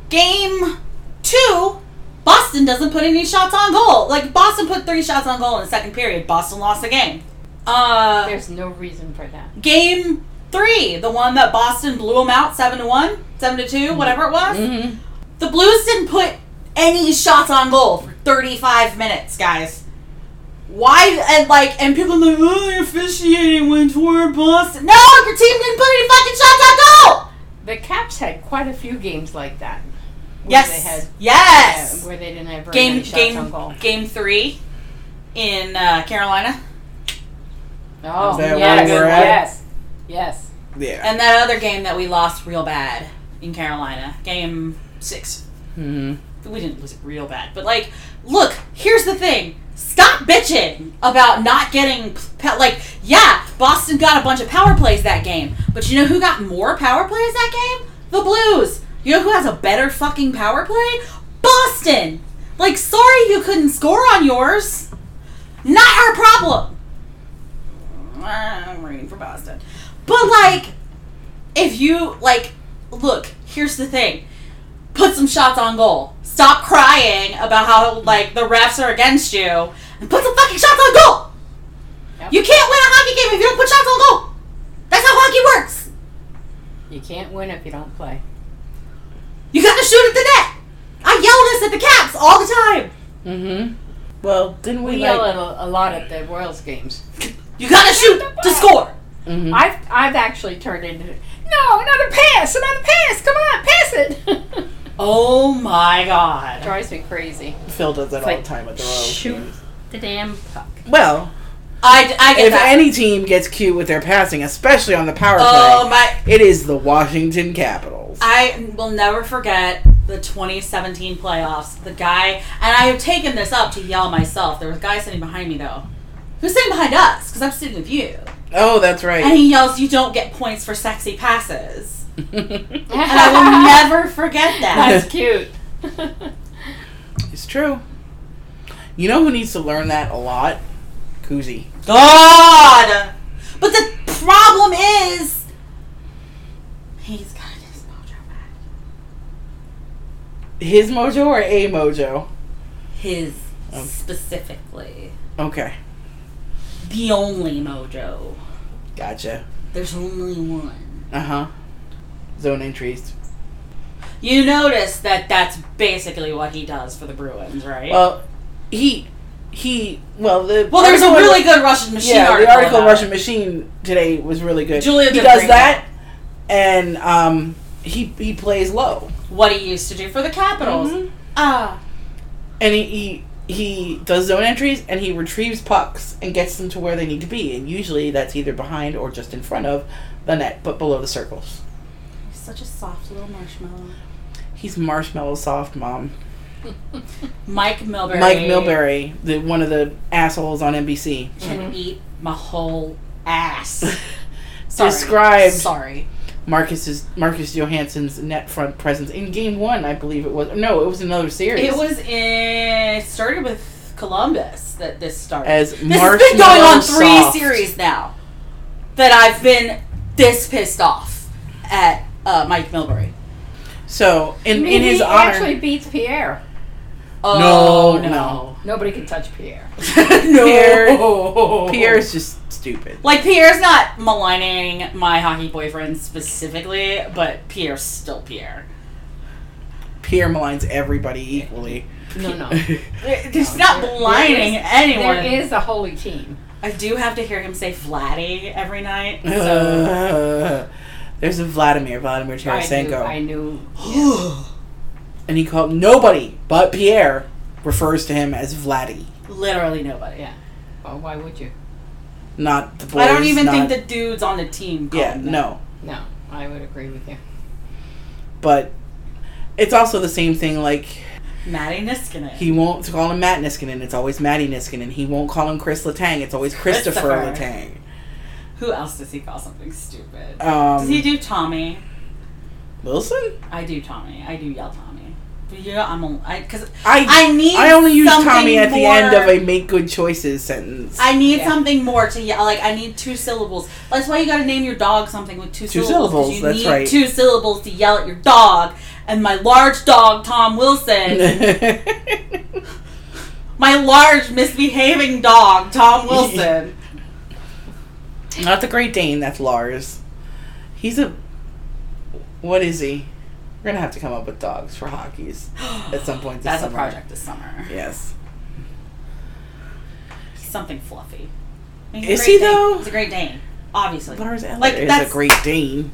S2: game two, Boston doesn't put any shots on goal. Like, Boston put three shots on goal in the second period. Boston lost the game. Uh,
S3: There's no reason for that.
S2: game three, the one that Boston blew them out 7 to 1, 7 to 2, whatever it was.
S1: mm-hmm.
S2: The Blues didn't put any shots on goal for 35 minutes, guys. Why and like and people are like, oh, they're officiating when toward Boston. No, your team didn't put any fucking shots on goal.
S3: The Caps had quite a few games like that. Where
S2: yes,
S3: They had,
S2: yes.
S3: uh, where they didn't have very
S2: game
S3: many shots on
S2: game
S3: goal.
S2: game three in uh, Carolina,
S3: Oh,
S1: Is that where
S3: yes,
S1: we're at?
S3: yes, yes.
S1: yeah
S2: and that other game that we lost real bad in Carolina, game six.
S1: hmm
S2: we didn't lose it real bad, but like, look, here's the thing. Stop bitching about not getting pa- like yeah, Boston got a bunch of power plays that game, but you know who got more power plays that game? The Blues. You know who has a better fucking power play? Boston. Like, sorry you couldn't score on yours. Not our problem. I'm rooting for Boston, but like, if you like, look, here's the thing put some shots on goal. Stop crying about how like the refs are against you and put some fucking shots on goal.
S3: Yep.
S2: You can't win a hockey game if you don't put shots on goal. That's how hockey works.
S3: You can't win if you don't play.
S2: You got to shoot at the net. I yell this at the Caps all the time.
S1: hmm well didn't we,
S3: We
S1: like
S3: yell at a, a lot at the Royals games.
S2: You got to shoot to score.
S1: mhm.
S3: I've I've actually turned into no another pass, another pass. Come on, pass it.
S2: Oh my god.
S3: Drives me crazy.
S1: Phil does that all
S3: like,
S1: the time at the Royals
S3: shoot.
S1: games.
S3: The damn puck.
S1: well
S2: I, I get
S1: if
S2: that.
S1: any team gets cute with their passing especially on the power
S2: oh
S1: play
S2: my.
S1: it is the Washington Capitals
S2: I will never forget the 2017 playoffs. The guy, and I have taken this up to yell myself. There was a guy sitting behind me though. Who's sitting behind us? Because I'm sitting with you.
S1: oh that's
S2: And
S1: right
S2: he yells, "You don't get points for sexy passes." And I will never forget that.
S3: That's cute.
S1: it's true You know who needs to learn that a lot? Koozie.
S2: God! But the problem is, he's got his mojo back.
S1: His mojo or a mojo?
S2: His
S1: Um.
S2: specifically.
S1: Okay,
S2: The only mojo.
S1: gotcha.
S2: There's only one.
S1: Uh huh. Zone entries.
S2: You notice that that's basically what he does for the Bruins, right?
S1: Well, he he. Well, the
S2: well, there's a really good Russian machine
S1: yeah.
S2: article.
S1: the article
S2: about
S1: Russian
S2: it.
S1: Machine today was really good.
S2: Julia
S1: he
S2: did
S1: does
S2: bring
S1: that, and um, he he plays low,
S2: What he used to do for the Capitals.
S1: Mhm.
S2: Ah.
S1: and he, he he does zone entries, and he retrieves pucks and gets them to where they need to be, and usually that's either behind or just in front of the net, but below the circles.
S2: He's such a soft little marshmallow.
S1: He's marshmallow soft, mom.
S2: Mike Milbury.
S1: Mike Milbury, the one of the assholes on NBC,
S2: Can eat my whole ass. Sorry.
S1: described
S2: Sorry.
S1: Marcus's Marcus Johansson's net front presence in Game One. I believe it was no, it was another series.
S2: It was in, it started with Columbus that this started.
S1: as
S2: this has been going on three
S1: Marshmallow Soft.
S2: series now that I've been this pissed off at uh, Mike Milbury.
S1: So in
S3: Maybe
S1: in his
S3: he
S1: honor,
S3: actually beats Pierre.
S2: Oh,
S1: No,
S3: Nobody can touch Pierre.
S2: No.
S1: Pierre Pierre's just stupid.
S2: Like, Pierre's not maligning my hockey boyfriend specifically, but Pierre's still Pierre.
S1: Pierre maligns everybody equally.
S3: No, no.
S2: He's
S3: No,
S2: not
S3: there-
S2: maligning
S3: there is-
S2: anyone.
S3: there is a holy team.
S2: I do have to hear him say Vladdy every night.
S1: Uh,
S2: So.
S1: there's a Vladimir Vladimir
S3: I knew.
S1: Tarasenko,
S3: I knew.
S1: and he called nobody but Pierre refers to him as Vladdy.
S2: Literally nobody.
S3: Yeah. Well, why would you?
S1: Not the boys.
S2: I don't even
S1: not-
S2: think the dudes on the team. Call
S1: Yeah,
S2: him that.
S1: no.
S3: No, I would agree with you.
S1: But it's also the same thing. Like
S2: Maddie Niskanen.
S1: he won't call him Matt Niskanen. It's always Matty Niskanen. He won't call him Chris Letang. It's always Christopher,
S2: Christopher.
S1: Letang.
S2: Who else does he call something stupid?
S1: Um,
S2: does he do Tommy?
S1: Wilson?
S2: I do Tommy. I do yell Tommy. But yeah, I'm a, I because
S1: I
S2: I need.
S1: I only use
S2: something
S1: Tommy at the
S2: more-
S1: end of a make good choices sentence.
S2: I need
S3: Yeah.
S2: something more to yell. Like I need two syllables. That's why you got to name your dog something with two,
S1: Two
S2: syllables.
S1: syllables,
S2: 'cause You
S1: that's
S2: need
S1: right.
S2: two syllables to yell at your dog. And my large dog Tom Wilson, my large misbehaving dog Tom Wilson.
S1: Not the Great Dane, that's Lars. He's a. What is he? We're gonna have to come up with dogs for hockeys at some point this
S2: That's a
S1: summer.
S2: project this summer.
S1: Yes.
S2: Something fluffy. I mean,
S1: Is
S2: a
S1: he,
S2: Great Dane.
S1: though?
S2: He's a great Dane, obviously.
S1: Lars Eller
S2: Like,
S1: is a
S2: that's-
S1: Great Dane.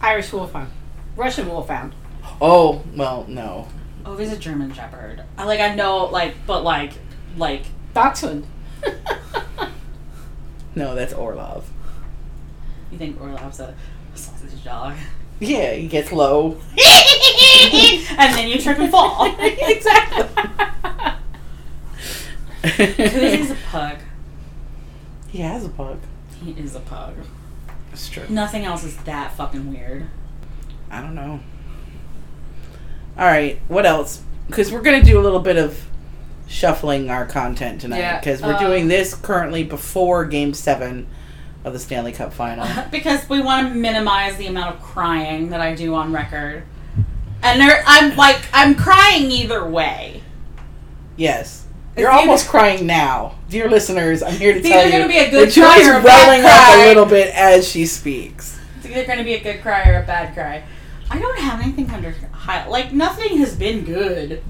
S3: Irish wolfhound, Russian wolfhound.
S1: Oh, well, no.
S2: Oh, he's a German Shepherd. I like I know like but like like
S3: Dachshund.
S1: No, that's Orlov.
S2: you think Orlov's a sausage dog.
S1: Yeah, he gets low.
S2: and then you trip and fall. Koozie's a pug.
S1: he has a pug.
S2: He is a pug.
S1: That's true.
S2: Nothing else is that fucking weird.
S1: I don't know. All right, what else? Because we're gonna do a little bit of shuffling our content tonight
S3: Yeah,
S1: because we're
S3: uh,
S1: doing this currently before Game Seven of the Stanley Cup Final.
S2: because we want to minimize the amount of crying that I do on record. And there, I'm like I'm crying either way.
S1: yes, you're
S2: either-
S1: almost crying now, dear listeners. I'm here to
S2: It's
S1: tell
S2: either
S1: you
S2: gonna be a good
S1: that Julie's
S2: cry or a bad
S1: welling up
S2: cry.
S1: a little bit as she speaks.
S2: It's either going to be a good cry or a bad cry. I don't have anything under high. Like nothing has been good.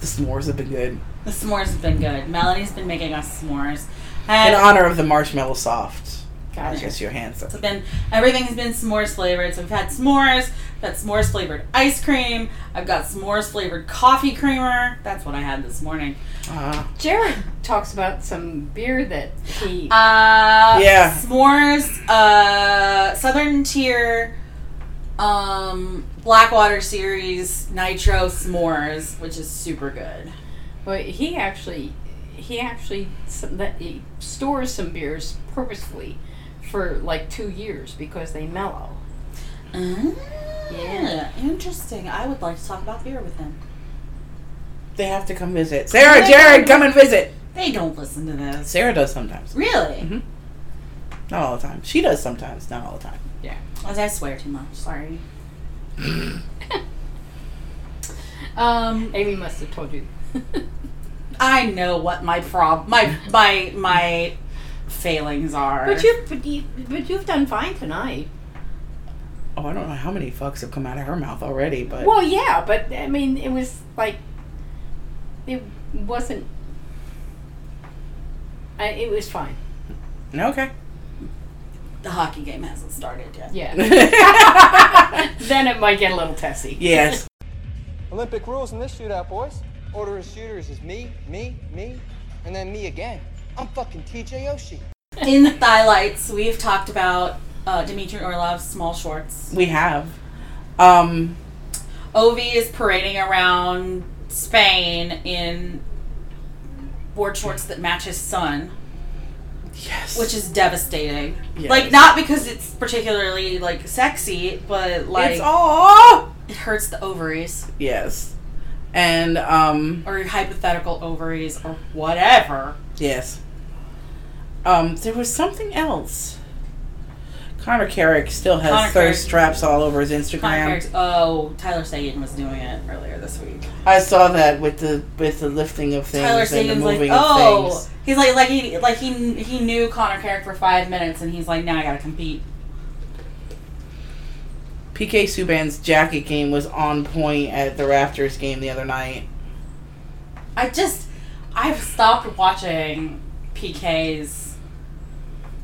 S1: The s'mores have been good
S2: The s'mores have been good. Melanie's been making us s'mores.
S1: in
S2: And
S1: honor of the marshmallow soft.
S3: Gotcha.
S1: Marcus Johansson.
S2: so then everything has been s'mores flavored. So we've had s'mores, I've got s'mores flavored ice cream, I've got s'mores flavored coffee creamer. That's what I had this morning.
S1: Uh,
S3: Jared talks about some beer that he.
S2: Uh
S1: Yeah.
S2: S'mores, uh Southern Tier um Blackwater series nitro s'mores, which is super good.
S3: Well, he actually, he actually some, that he stores some beers purposefully for like two years because they mellow.
S2: Ah, yeah, interesting. I would like to talk about beer with him.
S1: they have to come visit. Sarah, Jared, come and visit.
S2: They don't listen to this.
S1: Sarah does sometimes.
S2: Really?
S1: Mhm. Not all the time. She does sometimes, not all the time.
S2: As I swear too much. Sorry.
S3: Um, Amy must have told you.
S2: I know what my prob my my my failings are.
S3: but you, but you, but you've done fine tonight.
S1: Oh, I don't know how many fucks have come out of her mouth already, but
S3: Well, yeah, but I mean, it was like it wasn't. I, it was fine.
S1: okay.
S2: the hockey game hasn't started yet.
S3: Yeah.
S1: yes.
S3: then it might get a little testy.
S4: Olympic rules in this shootout, boys. Order of shooters is me, me, me, and then me again. I'm fucking TJ Oshie.
S2: In the highlights, we've talked about uh, Dmitry Orlov's small shorts.
S1: We have. Um
S2: Ovi is parading around Spain in board shorts that match his son,
S1: yes.
S2: which is devastating.
S1: Yes.
S2: Like not because it's particularly like sexy, but like
S1: It's all
S2: it hurts the ovaries
S1: Yes. And um
S2: or hypothetical ovaries or whatever.
S1: yes. Um there was something else. Connor Carrick still has
S2: Connor
S1: thirst
S2: Carrick.
S1: traps all over his Instagram.
S2: Contracts. Oh, Tyler Sagan was doing it earlier this week.
S1: I saw that with the with the lifting of things
S2: Tyler
S1: and the
S2: Sagan's like,
S1: moving
S2: oh,
S1: of things.
S2: he's like, like he, like he, he knew Connor Carrick for five minutes, and he's like, now I gotta compete.
S1: PK Subban's jacket game was on point at the Raptors game the other night.
S2: I just, I've stopped watching PK's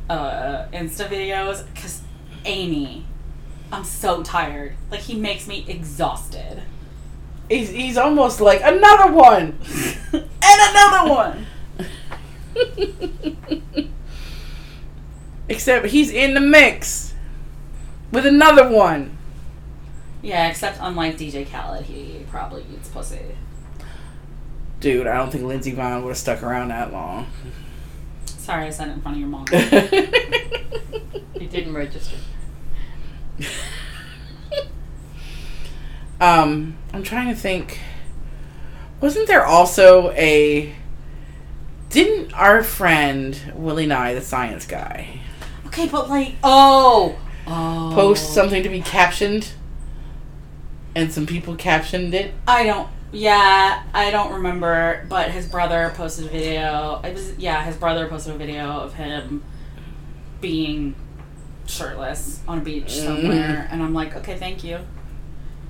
S2: uh, Insta videos because Amy, I'm so tired. Like he makes me exhausted.
S1: He's, he's almost like another one.
S2: and another one.
S1: Except he's in the mix with another one.
S2: Yeah, except unlike DJ Khaled, he probably eats pussy.
S1: Dude, I don't think Lindsey Vaughn would have stuck around that long.
S2: Sorry, I said it in front of your mom.
S3: It didn't register.
S1: um, I'm trying to think. Wasn't there also a. Didn't our friend Willie Nye, the science guy,
S2: okay, but like, oh, oh,
S1: post something to be captioned? And some people captioned it?
S2: I don't. Yeah, I don't remember. But his brother posted a video. It was yeah, his brother posted a video of him being shirtless on a beach somewhere, and I'm like, okay, thank you,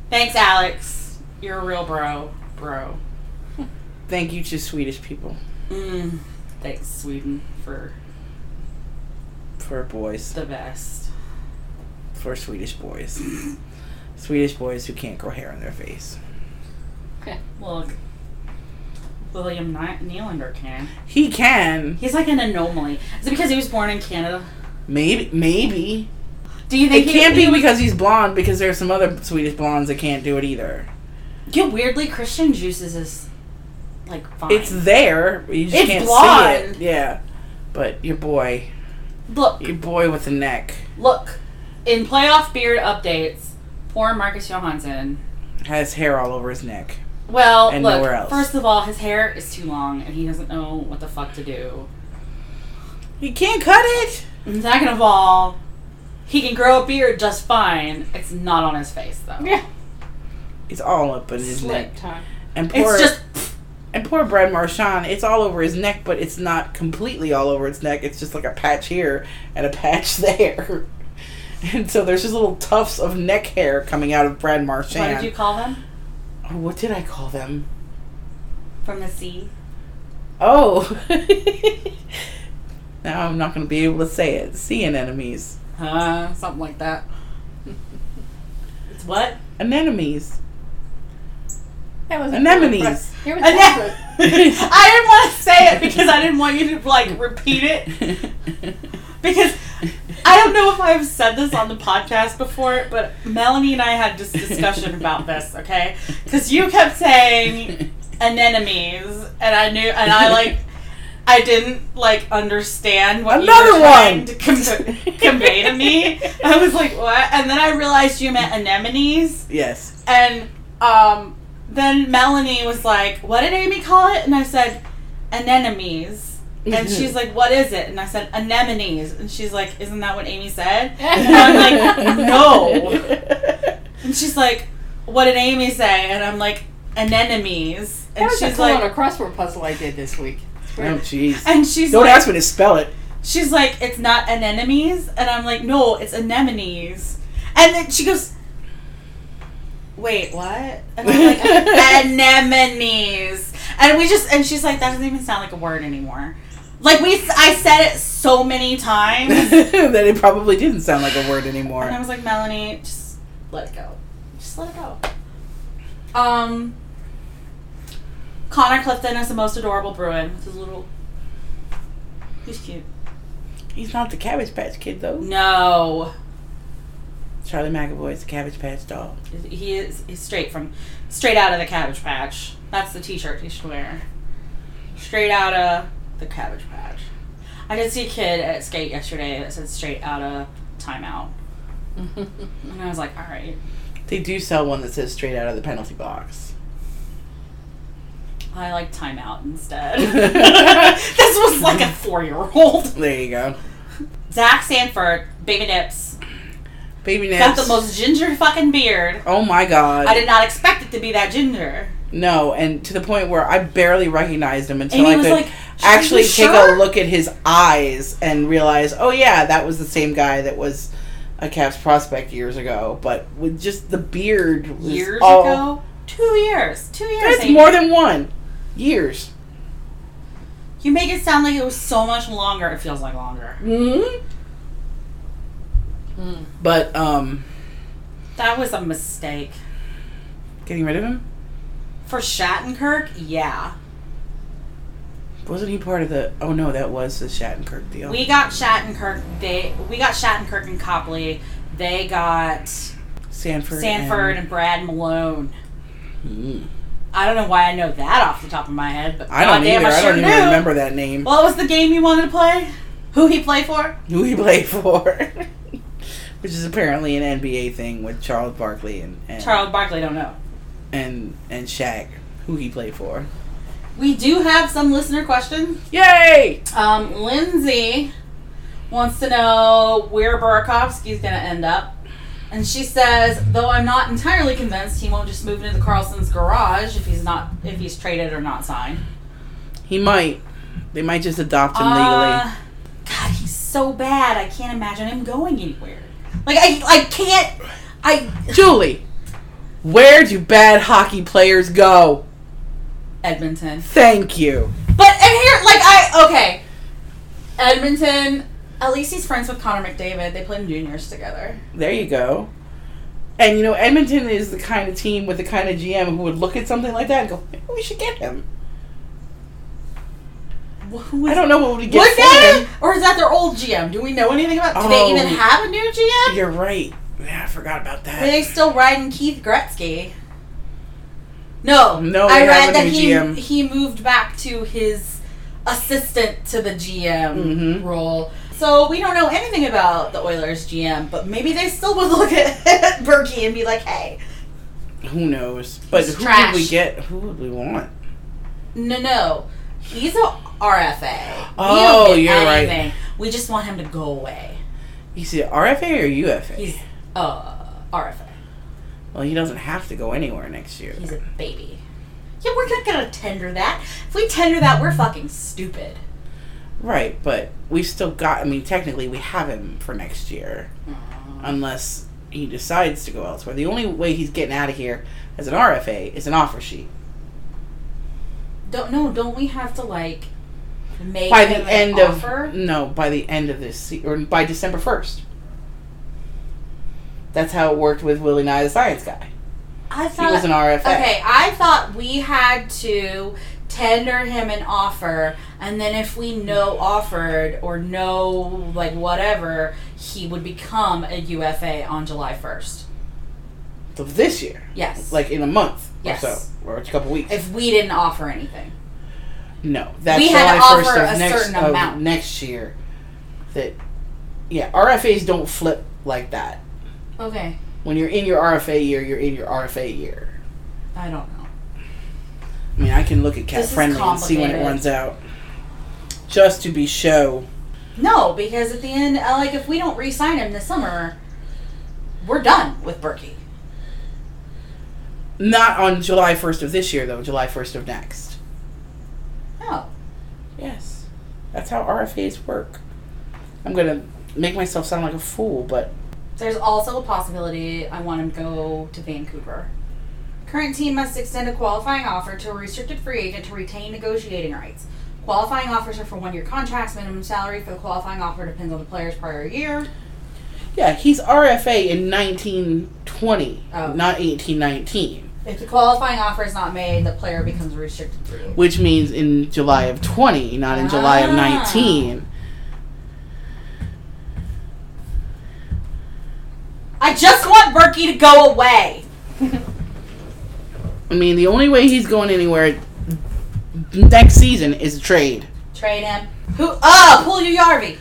S2: thanks, Alex. You're a real bro, bro.
S1: Thank you to Swedish people
S2: Mm, thanks, Sweden, for
S1: for boys,
S2: the best.
S1: for Swedish boys. Swedish boys who can't grow hair on their face.
S2: Look, William Ni- Nylander can.
S1: He can.
S2: He's like an anomaly. Is it because he was born in Canada?
S1: Maybe. Maybe.
S2: Do you
S1: It
S2: think he-
S1: can't be because he's blonde, because there's some other Swedish blondes that can't do it either.
S2: Yeah, weirdly, Christian juices is like fine.
S1: It's there, but you just
S2: It's
S1: can't
S2: blonde.
S1: see it. Yeah. But your boy,
S2: look,
S1: your boy with the neck,
S2: look. In playoff beard updates, poor Marcus Johansson.
S1: has hair all over his neck.
S2: Well,
S1: And
S2: look.
S1: nowhere else.
S2: First of all, his hair is too long, and he doesn't know what the fuck to do.
S1: You can't cut it!
S2: And Second of all, he can grow a beard just fine. It's not on his face though.
S3: Yeah.
S1: It's all up in his neck.
S3: Slip time.
S1: And poor,
S2: It's just
S1: and poor Brad Marchand, it's all over his neck, but it's not completely all over his neck. It's just like a patch here and a patch there. And so there's just little tufts of neck hair coming out of Brad
S2: what did you
S1: Marchand.
S2: call them?
S1: Oh, what did I call them?
S2: From the sea.
S1: Oh. now I'm not going to be able to say it. Sea anemones.
S2: Uh, something like that. it's what?
S1: Anemones.
S3: That was
S1: Anemones.
S3: Here was
S2: Anem- I didn't want to say it because I didn't want you to like repeat it because I don't know if I've said this on the podcast before, but Melanie and I had this discussion about this, okay? Because you kept saying anemones, and I knew, and I like, I didn't like understand what you
S1: Another
S2: were trying
S1: one!
S2: to con- convey to me. I was like, what? And then I realized you meant anemones,
S1: yes.
S2: and um, then Melanie was like, "What did Amy call it?" And I said, "Anemones."
S3: Mm-hmm.
S2: And she's like, "What is it?" And I said, "Anemones." And she's like, "Isn't that what Amy said?" And I'm like, "No." And she's like, "What did Amy say?" And I'm like, "Anemones."
S3: That
S2: And
S3: was a
S2: she's
S3: cool
S2: like,
S3: little crossword puzzle I did this week. It's
S1: Oh,
S3: weird.
S1: jeez.
S2: and she's
S1: Don't
S2: like,
S1: ask me to spell it.
S2: she's like, it's not anemones, and I'm like, no, it's anemones, and then she goes, wait, what? And I'm like, anemones, and we just, and she's like, that doesn't even sound like a word anymore. Like we, I said it so many times,
S1: that it probably didn't sound like a word anymore.
S2: and I was like, Melanie, just let it go, just let it go. Um, Connor Clifton is the most adorable Bruin with his little. He's cute.
S1: He's not the Cabbage Patch Kid though.
S2: No.
S1: Charlie McAvoy is the Cabbage Patch doll.
S2: He is he's straight from straight out of the Cabbage Patch. That's the T-shirt he should wear. Straight out of the Cabbage Patch. I did see a kid at skate yesterday that said straight out of timeout,
S3: Mm-hmm.
S2: and I was like, all right,
S1: They do sell one that says straight out of the penalty box.
S2: I like timeout instead. this was like a four-year-old.
S1: There you go.
S2: Zach Sanford, baby nips,
S1: Baby
S2: got
S1: Naps.
S2: the most ginger fucking beard.
S1: Oh my god.
S2: I did not expect it to be that ginger.
S1: No, and to the point where I barely recognized him until
S2: Amy
S1: I
S2: was
S1: could
S2: like,
S1: actually
S2: "Are you
S1: take
S2: sure?"
S1: a look at his eyes and realize, oh yeah, that was the same guy that was a Caps prospect years ago, but with just the beard. was
S2: Years
S1: all-
S2: ago, two years, two years.
S1: That's
S2: Amy.
S1: more than one. Years.
S2: You make it sound like it was so much longer. It feels like longer.
S1: hmm
S3: Mm.
S1: But um,
S2: That was a mistake.
S1: getting rid of him
S2: For Shattenkirk, yeah.
S1: wasn't he part of the? Oh no, that was the Shattenkirk deal.
S2: We got Shattenkirk. They we got Shattenkirk and Copley. They got
S1: Sanford.
S2: Sanford
S1: and-
S2: and Brad Malone.
S1: Mm.
S2: I don't know why I know that off the top of my head, but
S1: I don't
S2: goddamn,
S1: either. I,
S2: I sure
S1: don't even
S2: knew.
S1: remember that name.
S2: What was the game you wanted to play? Who he played for?
S1: who he played for, which is apparently an NBA thing with Charles Barkley and and
S2: Charles Barkley. Don't know.
S1: and, and Shaq, who he played for.
S2: We do have some listener questions.
S1: Yay!
S2: Um, Lindsay wants to know where Burakovsky's going to end up. And she says, though I'm not entirely convinced he won't just move into the Carlson's garage if he's not if he's traded or not signed.
S1: He might. They might just adopt him legally.
S2: Uh, God, he's so bad. I can't imagine him going anywhere. Like I I can't I
S1: Julie, where do bad hockey players go?
S2: Edmonton.
S1: Thank you.
S2: But and here, like I okay, Edmonton. At least he's friends with Connor McDavid. They played in juniors together.
S1: There you go. And you know, Edmonton is the kind of team with the kind of GM who would look at something like that and go, Maybe we should get him.
S2: Who is
S1: I don't know what we get
S2: Would
S1: for
S2: that
S1: him.
S2: or is that their old GM? Do we know anything about? Do
S1: Oh.
S2: they even have a new GM?
S1: You're right. Yeah, I forgot about that.
S2: Are they still riding Keith Gretzky? No,
S1: No,
S2: I
S1: they have a
S2: read that
S1: new
S2: he
S1: GM.
S2: he moved back to his assistant to the GM
S1: Mhm.
S2: role. So we don't know anything about the Oilers GM, but maybe they still would look at Berkey and be like, "Hey,
S1: Who knows? But
S2: He's
S1: who
S2: trash.
S1: would we get? Who would we want?
S2: no, no, he's a RFA. We
S1: Oh,
S2: don't get
S1: you're right.
S2: anything. We just want him to go away.
S1: He's either RFA or UFA.
S2: He's uh RFA."
S1: well, he doesn't have to go anywhere next year.
S2: He's a baby. Yeah, we're not gonna tender that. If we tender that, we're fucking stupid.
S1: Right, but we've still got, I mean, technically we have him for next year. Unless he decides to go elsewhere. The only way he's getting out of here as an RFA is an offer sheet.
S2: Don't no. Don't we have to like make
S1: by
S2: him
S1: the
S2: an
S1: end
S2: offer?
S1: of no by the end of this se- or by december 1st that's how it worked with willie nye the science guy he
S2: I thought
S1: was an rfa
S2: okay. I thought we had to tender him an offer, and then if we no offered or no like whatever, he would become a UFA on July first.
S1: of this year
S2: Yes.
S1: like in a month
S2: Yes.
S1: or so or a couple weeks
S2: if we didn't offer anything.
S1: no that's
S2: We had
S1: july
S2: to
S1: 1st
S2: offer
S1: of
S2: a
S1: next,
S2: certain
S1: of
S2: amount.
S1: next year that yeah rfas don't flip like that
S2: Okay.
S1: when you're in your rfa year you're in your rfa year
S2: I don't know.
S1: I mean, I can look at cat
S2: This is
S1: friendly and see when it
S2: complicated.
S1: runs out, just to be show.
S2: No, because at the end, uh, like if we don't re-sign him this summer, we're done with Berkey.
S1: Not on July first of this year, though. July first of next.
S2: No,
S1: Yes, that's how RFAs work. I'm gonna make myself sound like a fool, but
S2: there's also a possibility I want him to go to Vancouver. Current team must extend a qualifying offer to a restricted free agent to retain negotiating rights. Qualifying offers are for one-year contracts. Minimum salary for the qualifying offer depends on the player's prior year.
S1: yeah, he's RFA in 1920,
S2: Oh.
S1: not 1819,
S2: If the qualifying offer is not made, the player becomes a restricted free agent.
S1: which means in July of 20, not in July of
S2: Ah.
S1: 19.
S2: I just want Berkey to go away.
S1: I mean, the only way he's going anywhere next season is a trade.
S2: Trade him. Who? Ah, pull your Yarvi.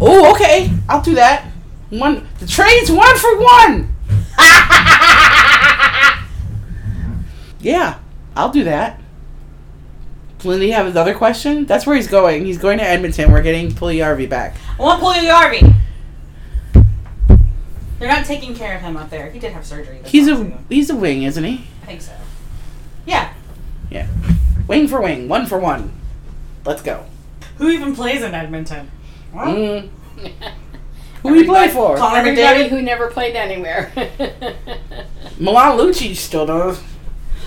S1: Oh, okay, I'll do that. One, the trade's one for one. Yeah, I'll do that. Lindy, have another question? That's where he's going. He's going to Edmonton. We're getting Pugliarvi back.
S2: I want Julio Yarvi. They're not taking care of him up there. He did have surgery. this
S1: He's a
S2: offseason.
S1: he's a wing, isn't he?
S2: I think so. Yeah.
S1: Yeah, wing for wing, one for one. Let's go.
S2: Who even plays in Edmonton?
S1: Mm. Who we play for?
S2: Connor
S3: Everybody
S2: McDavid.
S3: who never played anywhere.
S1: Milan Lucic still does.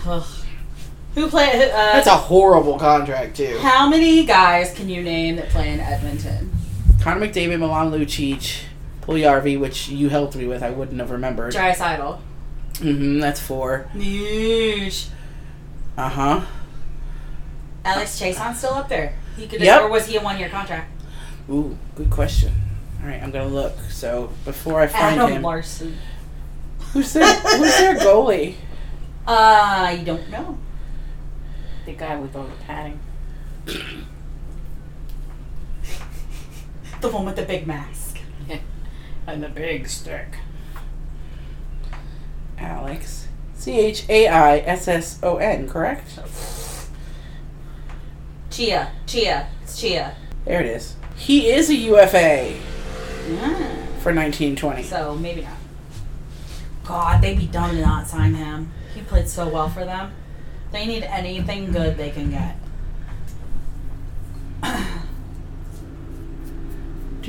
S2: Ugh. Mm. Who play? who, Uh,
S1: That's a horrible contract too.
S2: How many guys can you name that play in Edmonton?
S1: Connor McDavid, Milan Lucic, Pugliarvi, which you helped me with. I wouldn't have remembered.
S2: Drysaitel.
S1: Mm-hmm. That's four.
S2: Noosh.
S1: Uh huh.
S2: Alex Chason's still up there. He could,
S1: Yep.
S2: or was he a one-year contract?
S1: Ooh, good question. All right, I'm gonna look. So before I find
S2: Adam
S1: him,
S2: Larson.
S1: who's their who's their goalie?
S2: Uh, I don't know.
S3: the guy with all the padding.
S2: The one with the big mask.
S3: And the big stick.
S1: Alex. C H A I S S O N, correct?
S2: Chia. Chia. It's Chia.
S1: There it is. He is a UFA
S2: Yeah.
S1: for 1920.
S2: So maybe not. God, they'd be dumb to not sign him. He played so well for them. They need anything good they can get.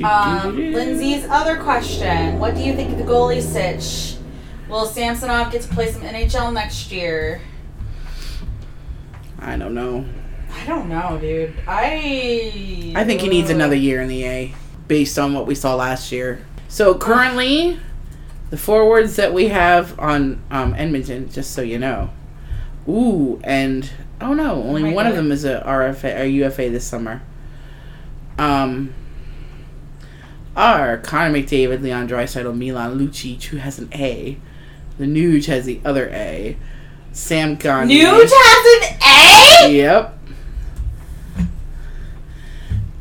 S2: Um, Lindsay's other question: What do you think of the goalie sitch? Will Samsonov get to play some NHL next year?
S1: I don't know.
S2: I don't know, dude. I
S1: I think he needs another year in the A based on what we saw last year. So currently, the forwards that we have on um, Edmonton, just so you know. Ooh, and oh no, only
S2: my
S1: one of
S2: God.
S1: them is a RFA or UFA this summer. Um, are Connor McDavid, Leon Draisaitl, Milan Lucic, who has an A. The Nuge has the other A. Sam Gagne.
S2: Nuge has an A.
S1: Yep.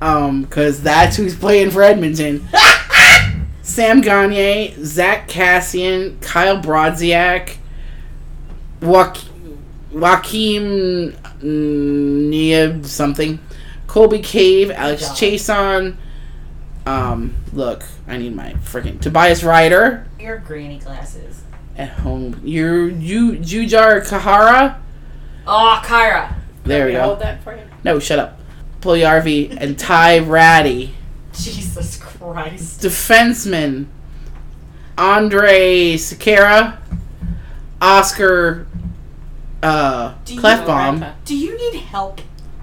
S1: Um, cause that's who's playing for Edmonton. Sam Gagne, Zach Cassian, Kyle Brodziak, Joaqu- Joaquim Nieb something, Colby Cave, Alex
S2: job.
S1: Chason. Um, look, I need my freaking Tobias Ryder
S2: Your granny glasses.
S1: at home. Your you Jujar Kahara.
S2: Oh, Kyra.
S1: There we
S3: Can I Hold
S1: go.
S3: that for you.
S1: No, shut up. Pugliarvi and Ty Ratty.
S2: Jesus Christ.
S1: defenseman Andre Sakara, Oscar uh,
S2: Do you
S1: Clefbaum,
S3: Rafa.
S2: Do you need help?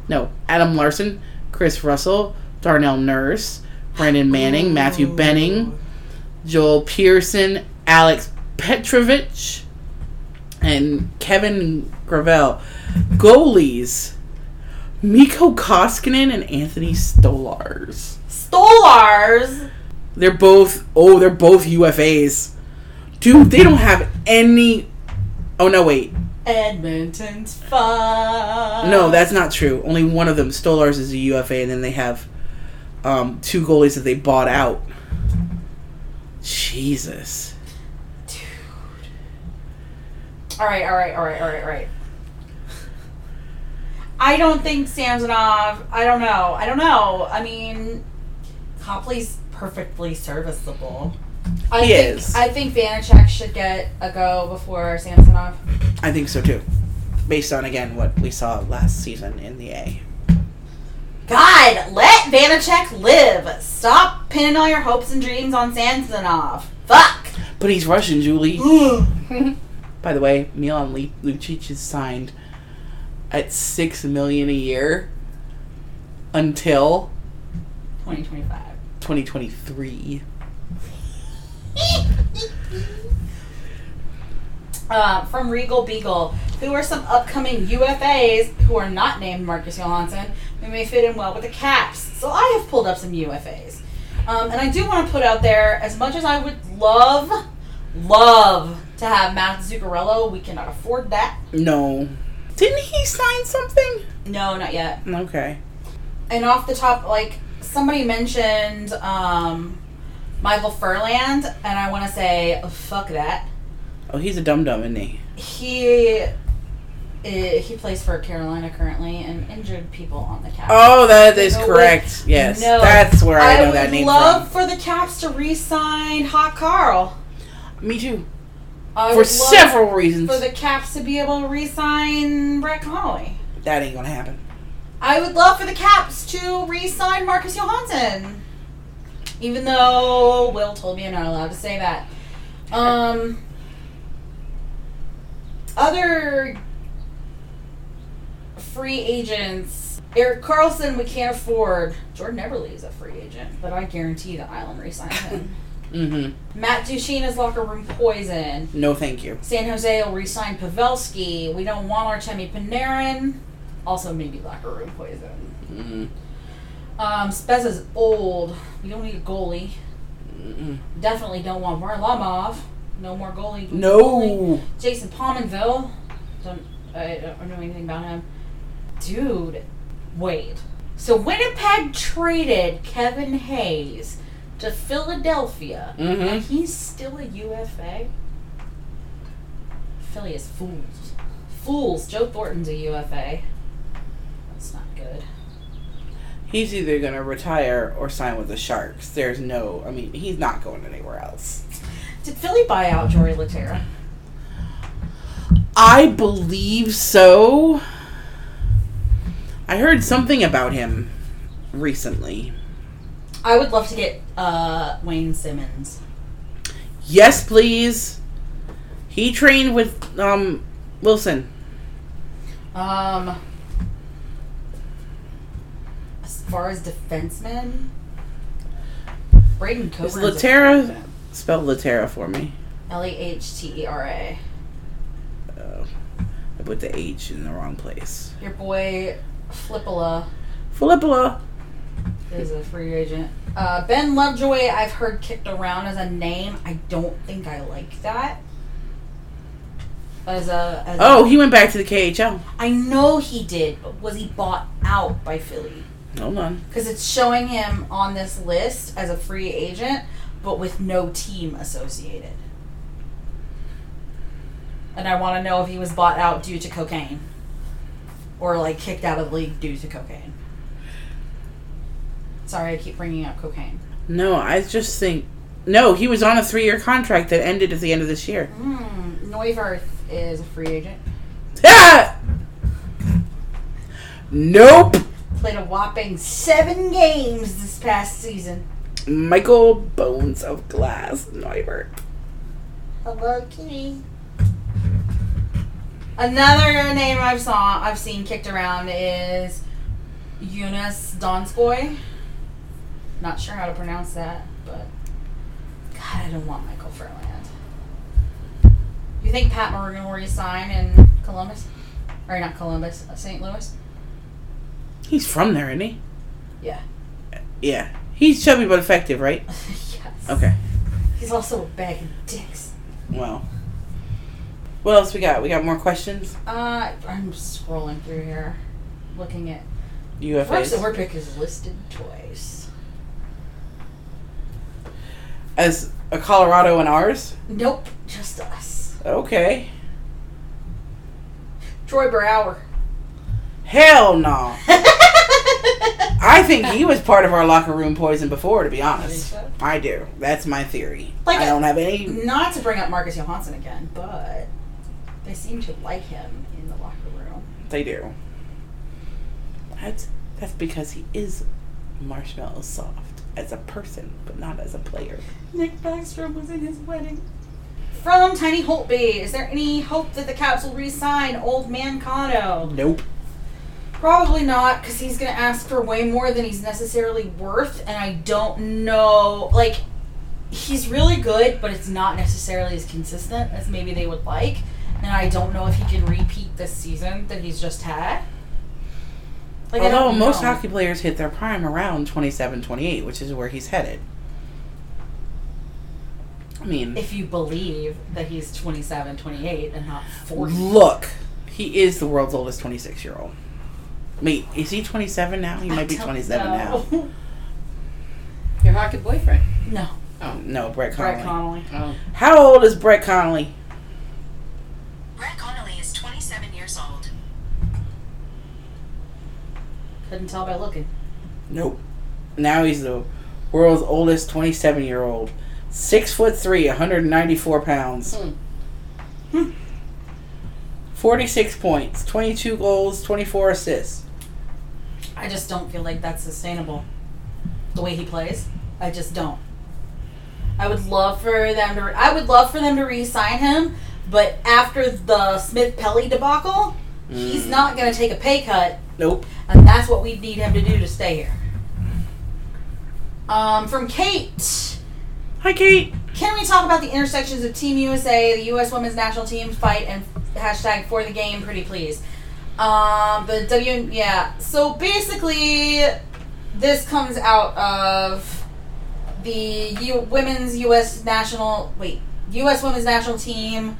S1: no, Adam Larson, Chris Russell, Darnell Nurse, Brandon Manning, Matthew Benning, Joel Pearson, Alex Petrovich, and Kevin Gravel. Goalies, Miko Koskinen and Anthony Stolars.
S2: Stolars.
S1: They're both oh, they're both UFAs. Dude, they don't have any Oh no wait.
S2: Edmonton's fun.
S1: No, that's not true. Only one of them, Stolars is a UFA and then they have um two goalies that they bought out. Jesus.
S2: All right, all right, all right, all right, all right. I don't think Samsonov. I don't know. I don't know. I mean, Copley's perfectly serviceable. I
S1: He
S2: think,
S1: is.
S2: I think Vanacek should get a go before Samsonov.
S1: I think so too. Based on again what we saw last season in the A.
S2: God, let Vanacek live. Stop pinning all your hopes and dreams on Samsonov. Fuck.
S1: But he's Russian, Julie. By the way, Milan Lu- Lucic is signed at six million a year until
S2: 2025.
S1: 2023.
S2: Uh, from Regal Beagle, who are some upcoming UFAs who are not named Marcus Johansson who may fit in well with the Caps. So I have pulled up some UFAs. Um, and I do want to put out there, as much as I would love, love to have Matt Zuccarello, we cannot afford that.
S1: No, didn't he sign something?
S2: No, not yet.
S1: Okay.
S2: and off the top, like somebody mentioned um, Michael Furland, and I want to say oh, fuck that.
S1: Oh, he's a dum dum, isn't he?
S2: He eh, he plays for Carolina currently, and injured people on the Caps.
S1: Oh, that is
S2: No, wait.
S1: correct. Yes,
S2: No.
S1: that's where I, know
S2: would
S1: that name
S2: love for the Caps to re-sign Hot Carl.
S1: from. Me too.
S2: I
S1: For
S2: would love
S1: several reasons.
S2: for the Caps to be able to re-sign Brett Connolly.
S1: that ain't gonna happen.
S2: I would love for the Caps to re-sign Marcus Johansson. Even though Will told me I'm not allowed to say that. Um, other free agents. Eric Carlson, we can't afford. Jordan Everly is a free agent, but I guarantee the Island re-signs him.
S1: Mm-hmm.
S2: Matt Duchene is locker room poison.
S1: No, thank you.
S2: San Jose will re-sign Pavelski. We don't want Artemi Panarin. Also, maybe locker room poison.
S1: Mm.
S2: Um, Spez is old. We don't need a goalie.
S1: Mm-mm.
S2: Definitely don't want Varlamov. No more goalie. goalie.
S1: No.
S2: Jason Pominville. Don't I don't know anything about him. Dude, wait. So Winnipeg traded Kevin Hayes to Philadelphia, and
S1: Mm-hmm.
S2: he's still a UFA. Philly is fools. Fools. Joe Thornton's a UFA. That's not good.
S1: He's either gonna retire or sign with the Sharks. There's no. I mean, he's not going anywhere else.
S2: Did Philly buy out Jory Laterra?
S1: I believe so. I heard something about him recently.
S2: I would love to get uh, Wayne Simmons.
S1: Yes, please. He trained with um Wilson.
S2: Um, as far as defensemen, Braden Coburn.
S1: Is Laterra- Spell Latera for me.
S2: L e h t e r a.
S1: Oh, I put the H in the wrong place.
S2: Your boy Flippola
S1: Filippola.
S2: is a free agent. Uh, ben Lovejoy, I've heard kicked around as a name. I don't think I like that. As a as
S1: Oh,
S2: a,
S1: he went back to the KHL.
S2: I know he did, but was he bought out by Philly?
S1: Hold on.
S2: because it's showing him on this list as a free agent, but with no team associated. And I want to know if he was bought out due to cocaine, or like kicked out of the league due to cocaine. Sorry, I keep bringing up cocaine.
S1: No, I just think no. He was on a three-year contract that ended at the end of this year.
S2: Hmm. Neuwirth is a free agent.
S1: Ah! Nope.
S2: Played a whopping seven games this past season.
S1: Michael Bones of Glass Neubert.
S2: Hello, Kitty. Another name I've saw I've seen kicked around is Eunice Donskoy. Not sure how to pronounce that, but God, I don't want Michael Furland. You think Pat Maroon will resign in Columbus, or not Columbus, uh, St. Louis?
S1: He's from there, isn't he?
S2: Yeah.
S1: Yeah. He's chubby but effective, right?
S2: yes.
S1: Okay.
S2: He's also a bag of dicks.
S1: Well. What else we got? We got more questions?
S2: Uh, I'm scrolling through here, looking at Rex
S1: UFAs.
S2: Orpik is listed twice.
S1: As a Colorado and ours?
S2: Nope, just us.
S1: Okay.
S2: Troy Brower.
S1: Hell no. I think he was part of our locker room poison before, to be honest.
S2: You think
S1: I do. That's my theory.
S2: Like
S1: I
S2: a-
S1: don't have any.
S2: Not to bring up Marcus Johansson again, but they seem to like him in the locker room.
S1: They do. That's that's because he is marshmallow soft as a person, but not as a player.
S2: Nick Backstrom was in his wedding. From Tiny Holtby, is there any hope that the Caps will re-sign Old Man Cano?
S1: Nope.
S2: Probably not, because he's going to ask for way more than he's necessarily worth, and I don't know. Like, he's really good, but it's not necessarily as consistent as maybe they would like, and I don't know if he can repeat this season that he's just had. Like, I
S1: Although
S2: don't
S1: most
S2: know.
S1: hockey players hit their prime around 27, 28, which is where he's headed. I mean,
S2: if you believe that he's 27, 28, and not 40.
S1: look, he is the world's oldest 26 year old. Wait, is he 27 now? He
S2: I
S1: might be
S2: don't
S1: 27 now.
S2: know.
S3: Your hockey boyfriend.
S2: No.
S1: Oh, No, Brett Connolly.
S2: Brett Connolly.
S3: Oh.
S1: How old is Brett Connolly?
S5: Brett Connolly is 27 years old.
S2: Couldn't tell by looking.
S1: Nope. Now he's the world's oldest 27 year old. Six foot three, 194 pounds.
S3: Hmm.
S1: Hmm. 46 points, 22 goals, 24 assists.
S2: I just don't feel like that's sustainable. The way he plays, I just don't. I would love for them to. I would love for them to re-sign him, but after the Smith Pelly debacle, he's not going to take a pay cut,
S1: Nope.
S2: and that's what we need him to do to stay here. Um, from Kate.
S1: Hi, Kate.
S2: Can we talk about the intersections of Team USA, the U.S. Women's National Team fight, and hashtag for the game, pretty please? Um, the W, yeah. So basically, this comes out of the U- Women's U.S. National, wait, U.S. Women's National Team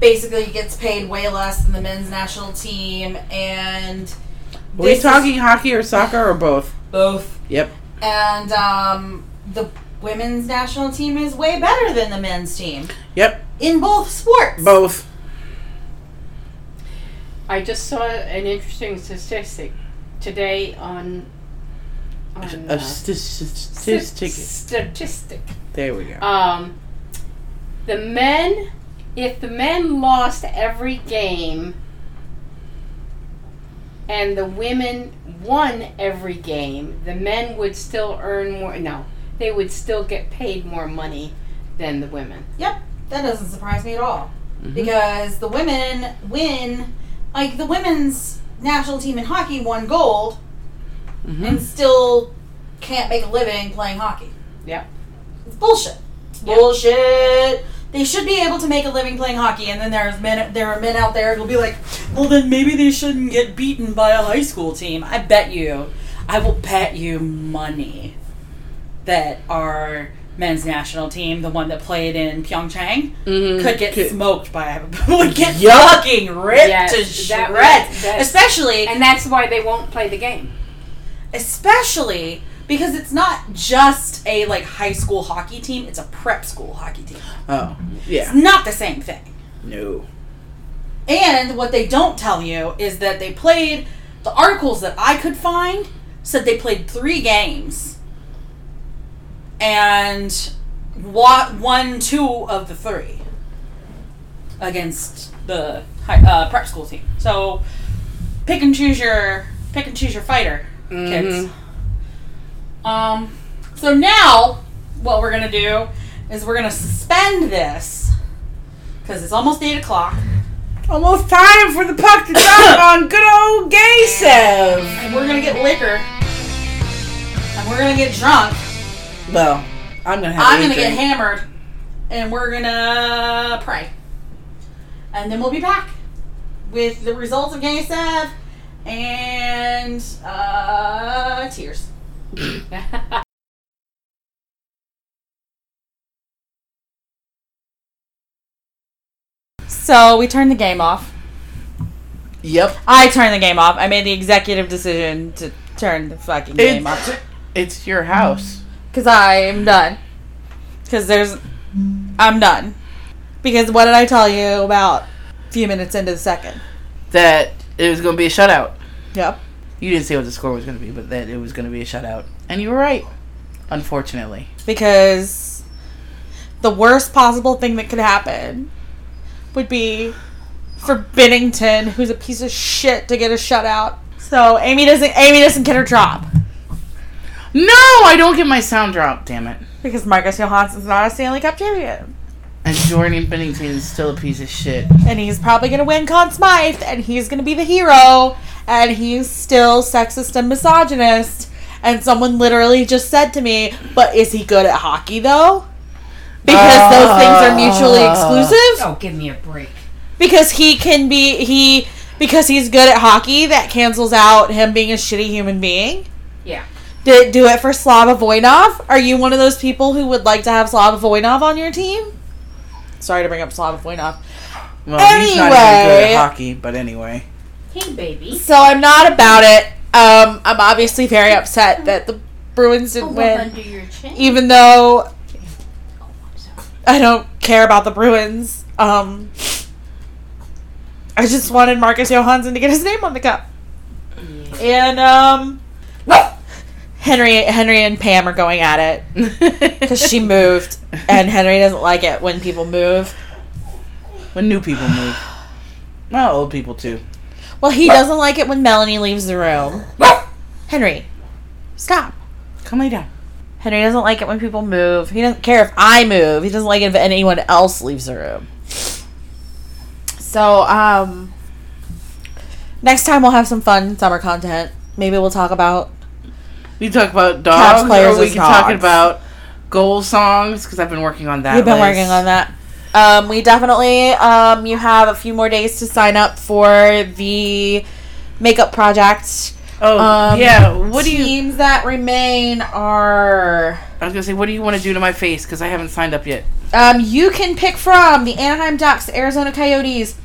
S2: basically gets paid way less than the men's national team, and
S1: Are we
S2: this is
S1: talking hockey or soccer or both?
S2: both
S1: Yep.
S2: and um, the women's national team is way better than the men's team
S1: Yep.
S2: in both sports.
S1: Both.
S3: I just saw an interesting statistic today on. on
S1: A
S3: uh,
S1: st- st-
S3: st-
S1: statistic. Uh,
S3: statistic.
S1: There we go.
S3: Um, the men, if the men lost every game and the women won every game, the men would still earn more. No, they would still get paid more money than the women.
S2: Yep, that doesn't surprise me at all because the women win. Like the women's national team in hockey won gold
S1: Mhm.
S2: and still can't make a living playing hockey.
S3: Yep.
S2: It's bullshit. It's
S3: Yep.
S2: Bullshit. They should be able to make a living playing hockey, and then there's men. There are men out there who'll be like, "Well, then maybe they shouldn't get beaten by a high school team." I bet you, I will bet you money that our men's national team, the one that played in Pyeongchang,
S3: Mm,
S1: Mhm.
S2: could get
S1: Could-
S2: smoked by would get
S1: Yup.
S2: fucking ripped
S3: Yes,
S2: to
S3: that-
S2: shreds.
S3: that-
S2: especially,
S3: And that's why they won't play the game.
S2: especially because it's not just a like high school hockey team; it's a prep school hockey team.
S1: Oh, yeah.
S2: It's not the same thing.
S1: No.
S2: And what they don't tell you is that they played the articles that I could find said they played three games and wa- won two of the three against the hi- uh, prep school team. So pick and choose your pick and choose your fighter, kids. Um, so now what we're gonna do is we're gonna suspend this because it's almost eight o'clock.
S1: Almost time for the puck to drop on good old gay Sev.
S2: and we're gonna get liquor and we're gonna get drunk
S1: Well, I'm gonna have.
S2: i'm
S1: a
S2: gonna
S1: drink.
S2: get hammered and we're gonna pray and then we'll be back with the results of gay Sav and uh tears so we turned the game off
S1: Yep.
S2: i turned the game off i made the executive decision to turn the fucking game off
S1: It's, it's your house.
S2: Because I'm done. Because there's. I'm done. Because what did I tell you about a few minutes into the second?
S1: That it was gonna be a shutout. Yep. You didn't say what the score was going to be, but that it was going to be a shutout, and you were right. Unfortunately,
S2: because the worst possible thing that could happen would be for Bennington, who's a piece of shit, to get a shutout. So Amy doesn't Amy doesn't get her drop
S1: no, I don't get my sound drop. Damn it!
S2: because Marcus Johansson's not a Stanley Cup champion,
S1: And Jordan Bennington is still a piece of shit.
S2: and he's probably gonna win Conn Smythe, and he's gonna be the hero, and he's still sexist and misogynist. And someone literally just said to me, "But is he good at hockey though?" Because those things are mutually exclusive.
S3: Oh, give me a break.
S2: because he can be he because he's good at hockey that cancels out him being a shitty human being
S3: Yeah.
S2: did it do it for slava voinov are you one of those people who would like to have slava voinov on your team sorry to bring up slava voinov
S1: Well, he's not even good
S2: Anyway.
S1: at hockey, but anyway.
S3: Hey, baby.
S2: so i'm not about it um, i'm obviously very upset that the bruins didn't win
S3: under your chin. Oh,
S2: even though i don't care about the bruins um, i just wanted marcus johansson to get his name on the cup and um henry henry and pam are going at it because she moved and henry doesn't like it when people move
S1: when new people move. Well, old people too.
S2: well he doesn't like it when melanie leaves the room henry stop
S1: Come lay down.
S2: henry doesn't like it when people move he doesn't care if i move he doesn't like it if anyone else leaves the room so um next time we'll have some fun summer content maybe we'll talk about
S1: We can talk about dogs,
S2: players
S1: or we
S2: as
S1: can talk
S2: dogs.
S1: about goal songs because I've been working on that.
S2: We've been
S1: list.
S2: working on that. Um, we definitely, um, you have a few more days to sign up for the makeup project.
S1: Oh
S2: Um,
S1: yeah. What do you?
S2: teams that remain are?
S1: I was gonna say, what do you want to do to my face? Because I haven't signed up yet.
S2: Um, you can pick from the Anaheim Ducks, Arizona Coyotes,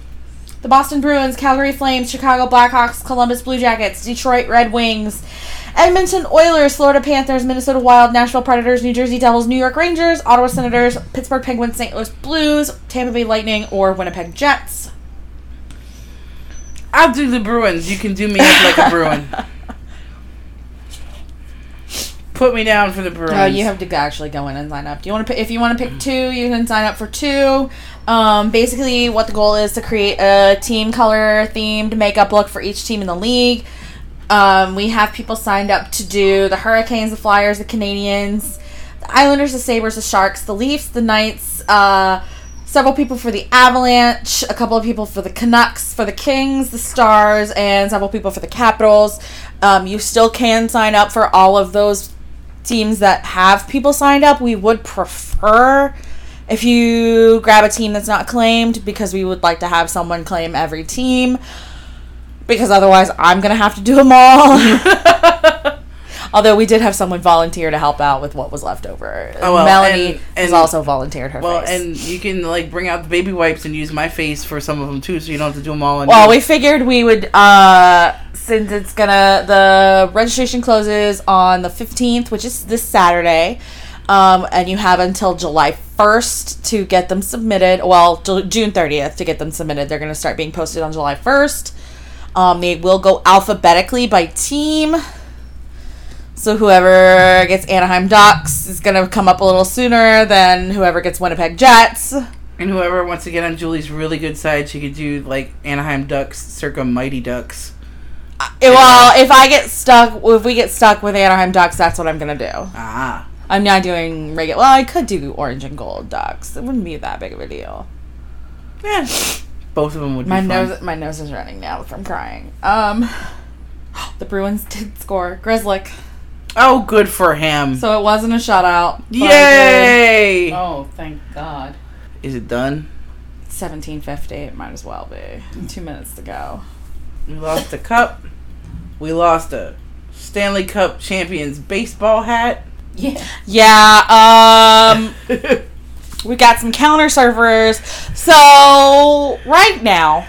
S2: the Boston Bruins, Calgary Flames, Chicago Blackhawks, Columbus Blue Jackets, Detroit Red Wings, Edmonton Oilers, Florida Panthers, Minnesota Wild, Nashville Predators, New Jersey Devils, New York Rangers, Ottawa Senators, Pittsburgh Penguins, St. Louis Blues, Tampa Bay Lightning, or Winnipeg Jets.
S1: I'll do the Bruins. You can do me up like a Bruin. Put me down for the Bruins.
S2: No, Oh, you have to actually go in and sign up. Do you want to pick, if you want to pick two, you can sign up for two. Um, basically, what the goal is to create a team color themed makeup look for each team in the league. Um, we have people signed up to do the Hurricanes, the Flyers, the Canadians, the Islanders, the Sabres, the Sharks, the Leafs, the Knights. Uh, several people for the Avalanche, a couple of people for the Canucks, for the Kings, the Stars, and several people for the Capitals. Um, you still can sign up for all of those teams that have people signed up, we would prefer if you grab a team that's not claimed because we would like to have someone claim every team because otherwise I'm going to have to do them all. Although we did have someone volunteer to help out with what was left over.
S1: Oh, well,
S2: Melanie
S1: and-
S2: has
S1: and-
S2: also volunteered her
S1: Well,
S2: face.
S1: and you can like bring out the baby wipes and use my face for some of them too, so you don't have to do them all. On
S2: Well,
S1: you.
S2: we figured we would, uh, since it's gonna, the registration closes on the 15th, which is this Saturday. Um, and you have until July 1st to get them submitted. Well, Ju- June 30th to get them submitted. They're gonna start being posted on July 1st. Um, they will go alphabetically by team. So whoever gets Anaheim Ducks is gonna come up a little sooner than whoever gets Winnipeg Jets.
S1: And whoever wants to get on Julie's really good side, she could do like Anaheim Ducks, circa Mighty Ducks.
S2: Yeah, Well, if I get stuck, if we get stuck with Anaheim Ducks, that's what I'm gonna do.
S1: Ah,
S2: I'm not doing regular. Well, I could do orange and gold ducks. It wouldn't be that big of a deal.
S1: yeah. Both of them would be
S2: My
S1: fun.
S2: nose, my nose is running now from crying. Um, the Bruins did score Grizzlick,
S1: Oh, good for him!
S2: so it wasn't a shutout. but it did.
S1: Yay!
S3: Oh, thank God.
S1: Is it done?
S2: 1750. It might as well be. Two minutes to go.
S1: We lost a cup. We lost a Stanley Cup champions baseball hat.
S3: Yeah.
S2: Yeah. Um. we got some counter servers. So right now,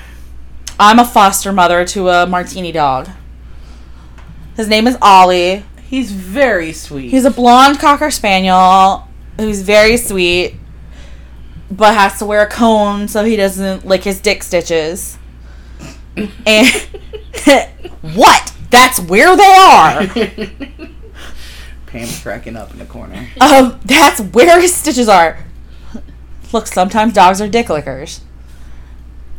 S2: I'm a foster mother to a martini dog. His name is Ollie.
S1: He's very sweet.
S2: He's a blonde cocker spaniel who's very sweet, but has to wear a cone so he doesn't lick his dick stitches. And what? That's where they are.
S1: Pam's cracking up in the corner.
S2: Um, that's where his stitches are. Look, sometimes dogs are dick lickers.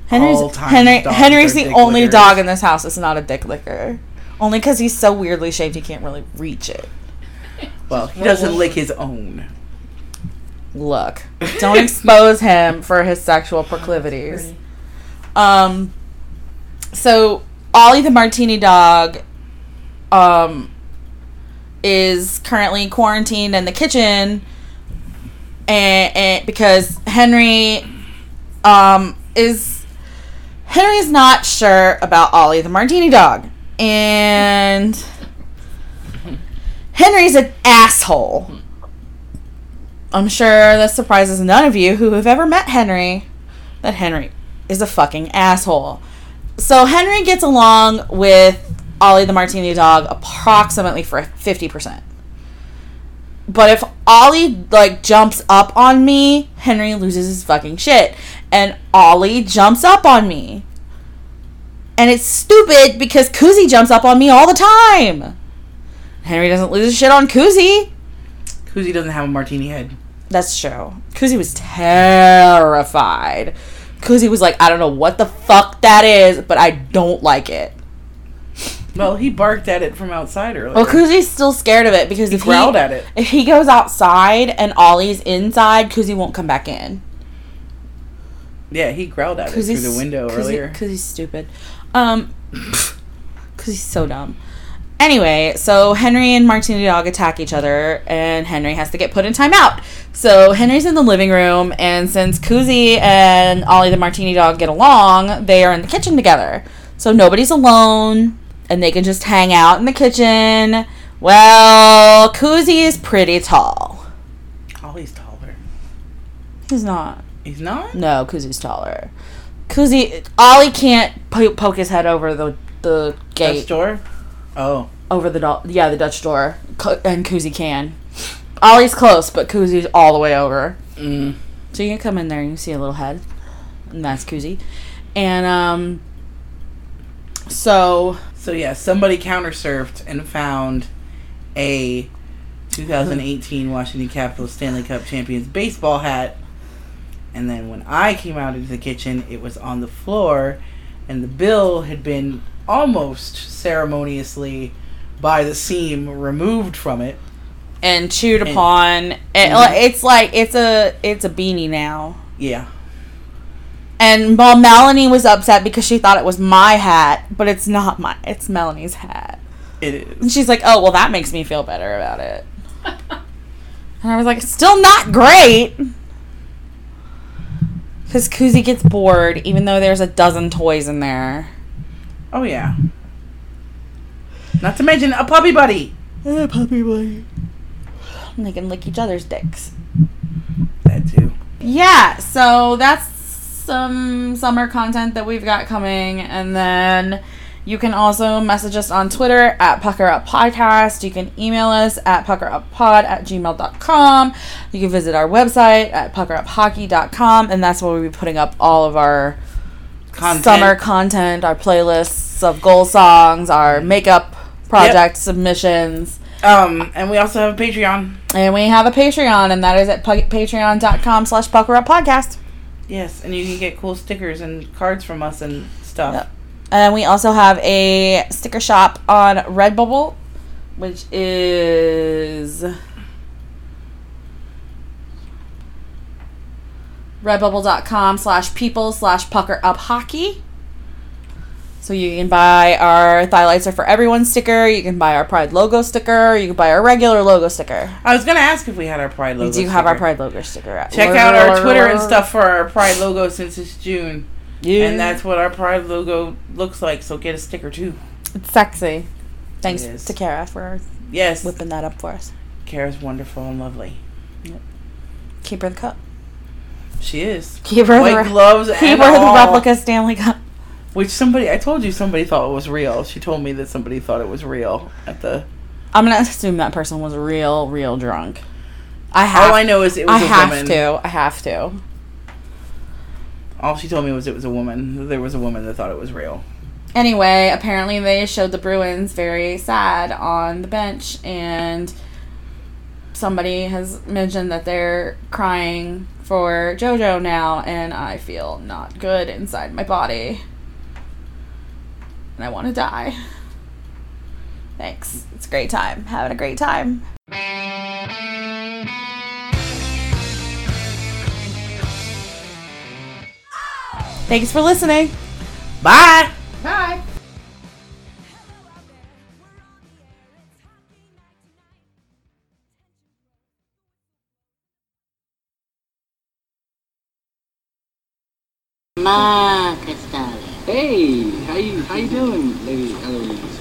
S2: Henry's,
S1: All times
S2: Henry,
S1: dogs
S2: Henry's
S1: are
S2: the
S1: dick
S2: only
S1: lickers.
S2: dog in this house that's not a dick licker. Only because he's so weirdly shaped he can't really reach it.
S1: Well, he doesn't lick his own.
S2: Look, don't expose him for his sexual proclivities. Um, so Ollie the Martini dog, um, is currently quarantined in the kitchen, and, and because Henry, um, is Henry is not sure about Ollie the Martini dog, and Henry's an asshole. I'm sure this surprises none of you who have ever met Henry that Henry is a fucking asshole. So Henry gets along with Ollie the Martini dog approximately for 50%. But if Ollie like jumps up on me, Henry loses his fucking shit and Ollie jumps up on me. And it's stupid because Koozie jumps up on me all the time. Henry doesn't lose his shit on Koozie.
S1: Koozie doesn't have a martini head.
S2: That's true. Koozie was terrified. Koozie was like, I don't know what the fuck that is, but I don't like it.
S1: Well, he barked at it from outside earlier.
S2: Well, Koozie's still scared of it because
S1: he
S2: if
S1: growled
S2: he,
S1: at it.
S2: if he goes outside and Ollie's inside, Koozie won't come back in.
S1: Yeah, he growled at it
S2: Koozie's
S1: through the window
S2: Koozie-
S1: earlier.
S2: Koozie's stupid. Um, Koozie's so dumb. Anyway, so Henry and Martini Dog attack each other, and Henry has to get put in timeout. So Henry's in the living room, and since Koozie and Ollie the Martini Dog get along, they are in the kitchen together. So nobody's alone, and they can just hang out in the kitchen. Well, Koozie is pretty tall.
S1: Ollie's Oh, taller.
S2: He's not.
S1: He's not?
S2: No, Koozie's taller. Koozie, Ollie can't po- poke his head over the the
S1: That
S2: gate
S1: store? Oh.
S2: over the do- yeah the Dutch door, Co- and Koozie can. Ollie's close, but Koozie's all the way over.
S1: Mm.
S2: So you can come in there and you see a little head, and that's Koozie. And um, so
S1: So, yeah, somebody countersurfed and found a 2018 Washington Capitals Stanley Cup Champions baseball hat. And then when I came out into the kitchen, it was on the floor, and the bill had been almost ceremoniously by the seam removed from it.
S2: and chewed upon. And, like, it's like it's a it's a beanie now.
S1: Yeah.
S2: And well, Melanie was upset because she thought it was my hat, but it's not my. It's Melanie's hat.
S1: It is.
S2: And she's like, "Oh, well, that makes me feel better about it." and I was like, "It's "Still not great." Because Koozie gets bored, even though there's a dozen toys in there.
S1: Oh yeah. Not to mention a puppy buddy.
S2: And they can lick each other's dicks.
S1: That too.
S2: Yeah, so that's some summer content that we've got coming. And then you can also message us on Twitter at Pucker Up Podcast. You can email us at puckeruppod at gmail.com. You can visit our website at puckeruphockey.com. And that's where we'll be putting up all of our
S1: Content.
S2: summer content, our playlists of goal songs, our makeup project submissions.
S1: Um, and we also have a Patreon.
S2: And we have a Patreon, and that is at pu- patreon.com slash pucker up podcast.
S1: Yes, and you can get cool stickers and cards from us and stuff.
S2: Yep. And we also have a sticker shop on Redbubble, which is redbubble.com slash people slash pucker up hockey. So you can buy our Thy Lights Are For Everyone sticker. You can buy our Pride logo sticker. You can buy our regular logo sticker.
S1: I was gonna ask if we had our Pride logo.
S2: we do have our
S1: sticker.
S2: Pride logo sticker. At
S1: Check out our Twitter and stuff for our Pride logo since it's June,
S2: Yeah.
S1: and that's what our Pride logo looks like. So get a sticker too.
S2: it's sexy. Thanks
S1: is.
S2: to Kara for
S1: Yes,
S2: whipping that up for us.
S1: Kara's wonderful and lovely.
S2: Keep her the cup.
S1: She is.
S2: Keep her
S1: White
S2: the
S1: gloves
S2: keep
S1: and
S2: her
S1: all,
S2: the replica Stanley Cup.
S1: Which somebody, I told you, somebody thought it was real. She told me that somebody thought it was real at the
S2: I'm gonna assume that person was real, real drunk. I have.
S1: All Oh, I know is it was
S2: I
S1: a
S2: have
S1: woman.
S2: to. I have to.
S1: All she told me was it was a woman. There was a woman that thought it was real.
S2: Anyway, apparently they showed the Bruins very sad on the bench, and somebody has mentioned that they're crying for JoJo now, and I feel not good inside my body. And I want to die. Thanks. It's a great time. Having a great time. Thanks for listening.
S1: Bye.
S6: Bye.
S7: Hey, how you how you doing, ladies? Other ladies?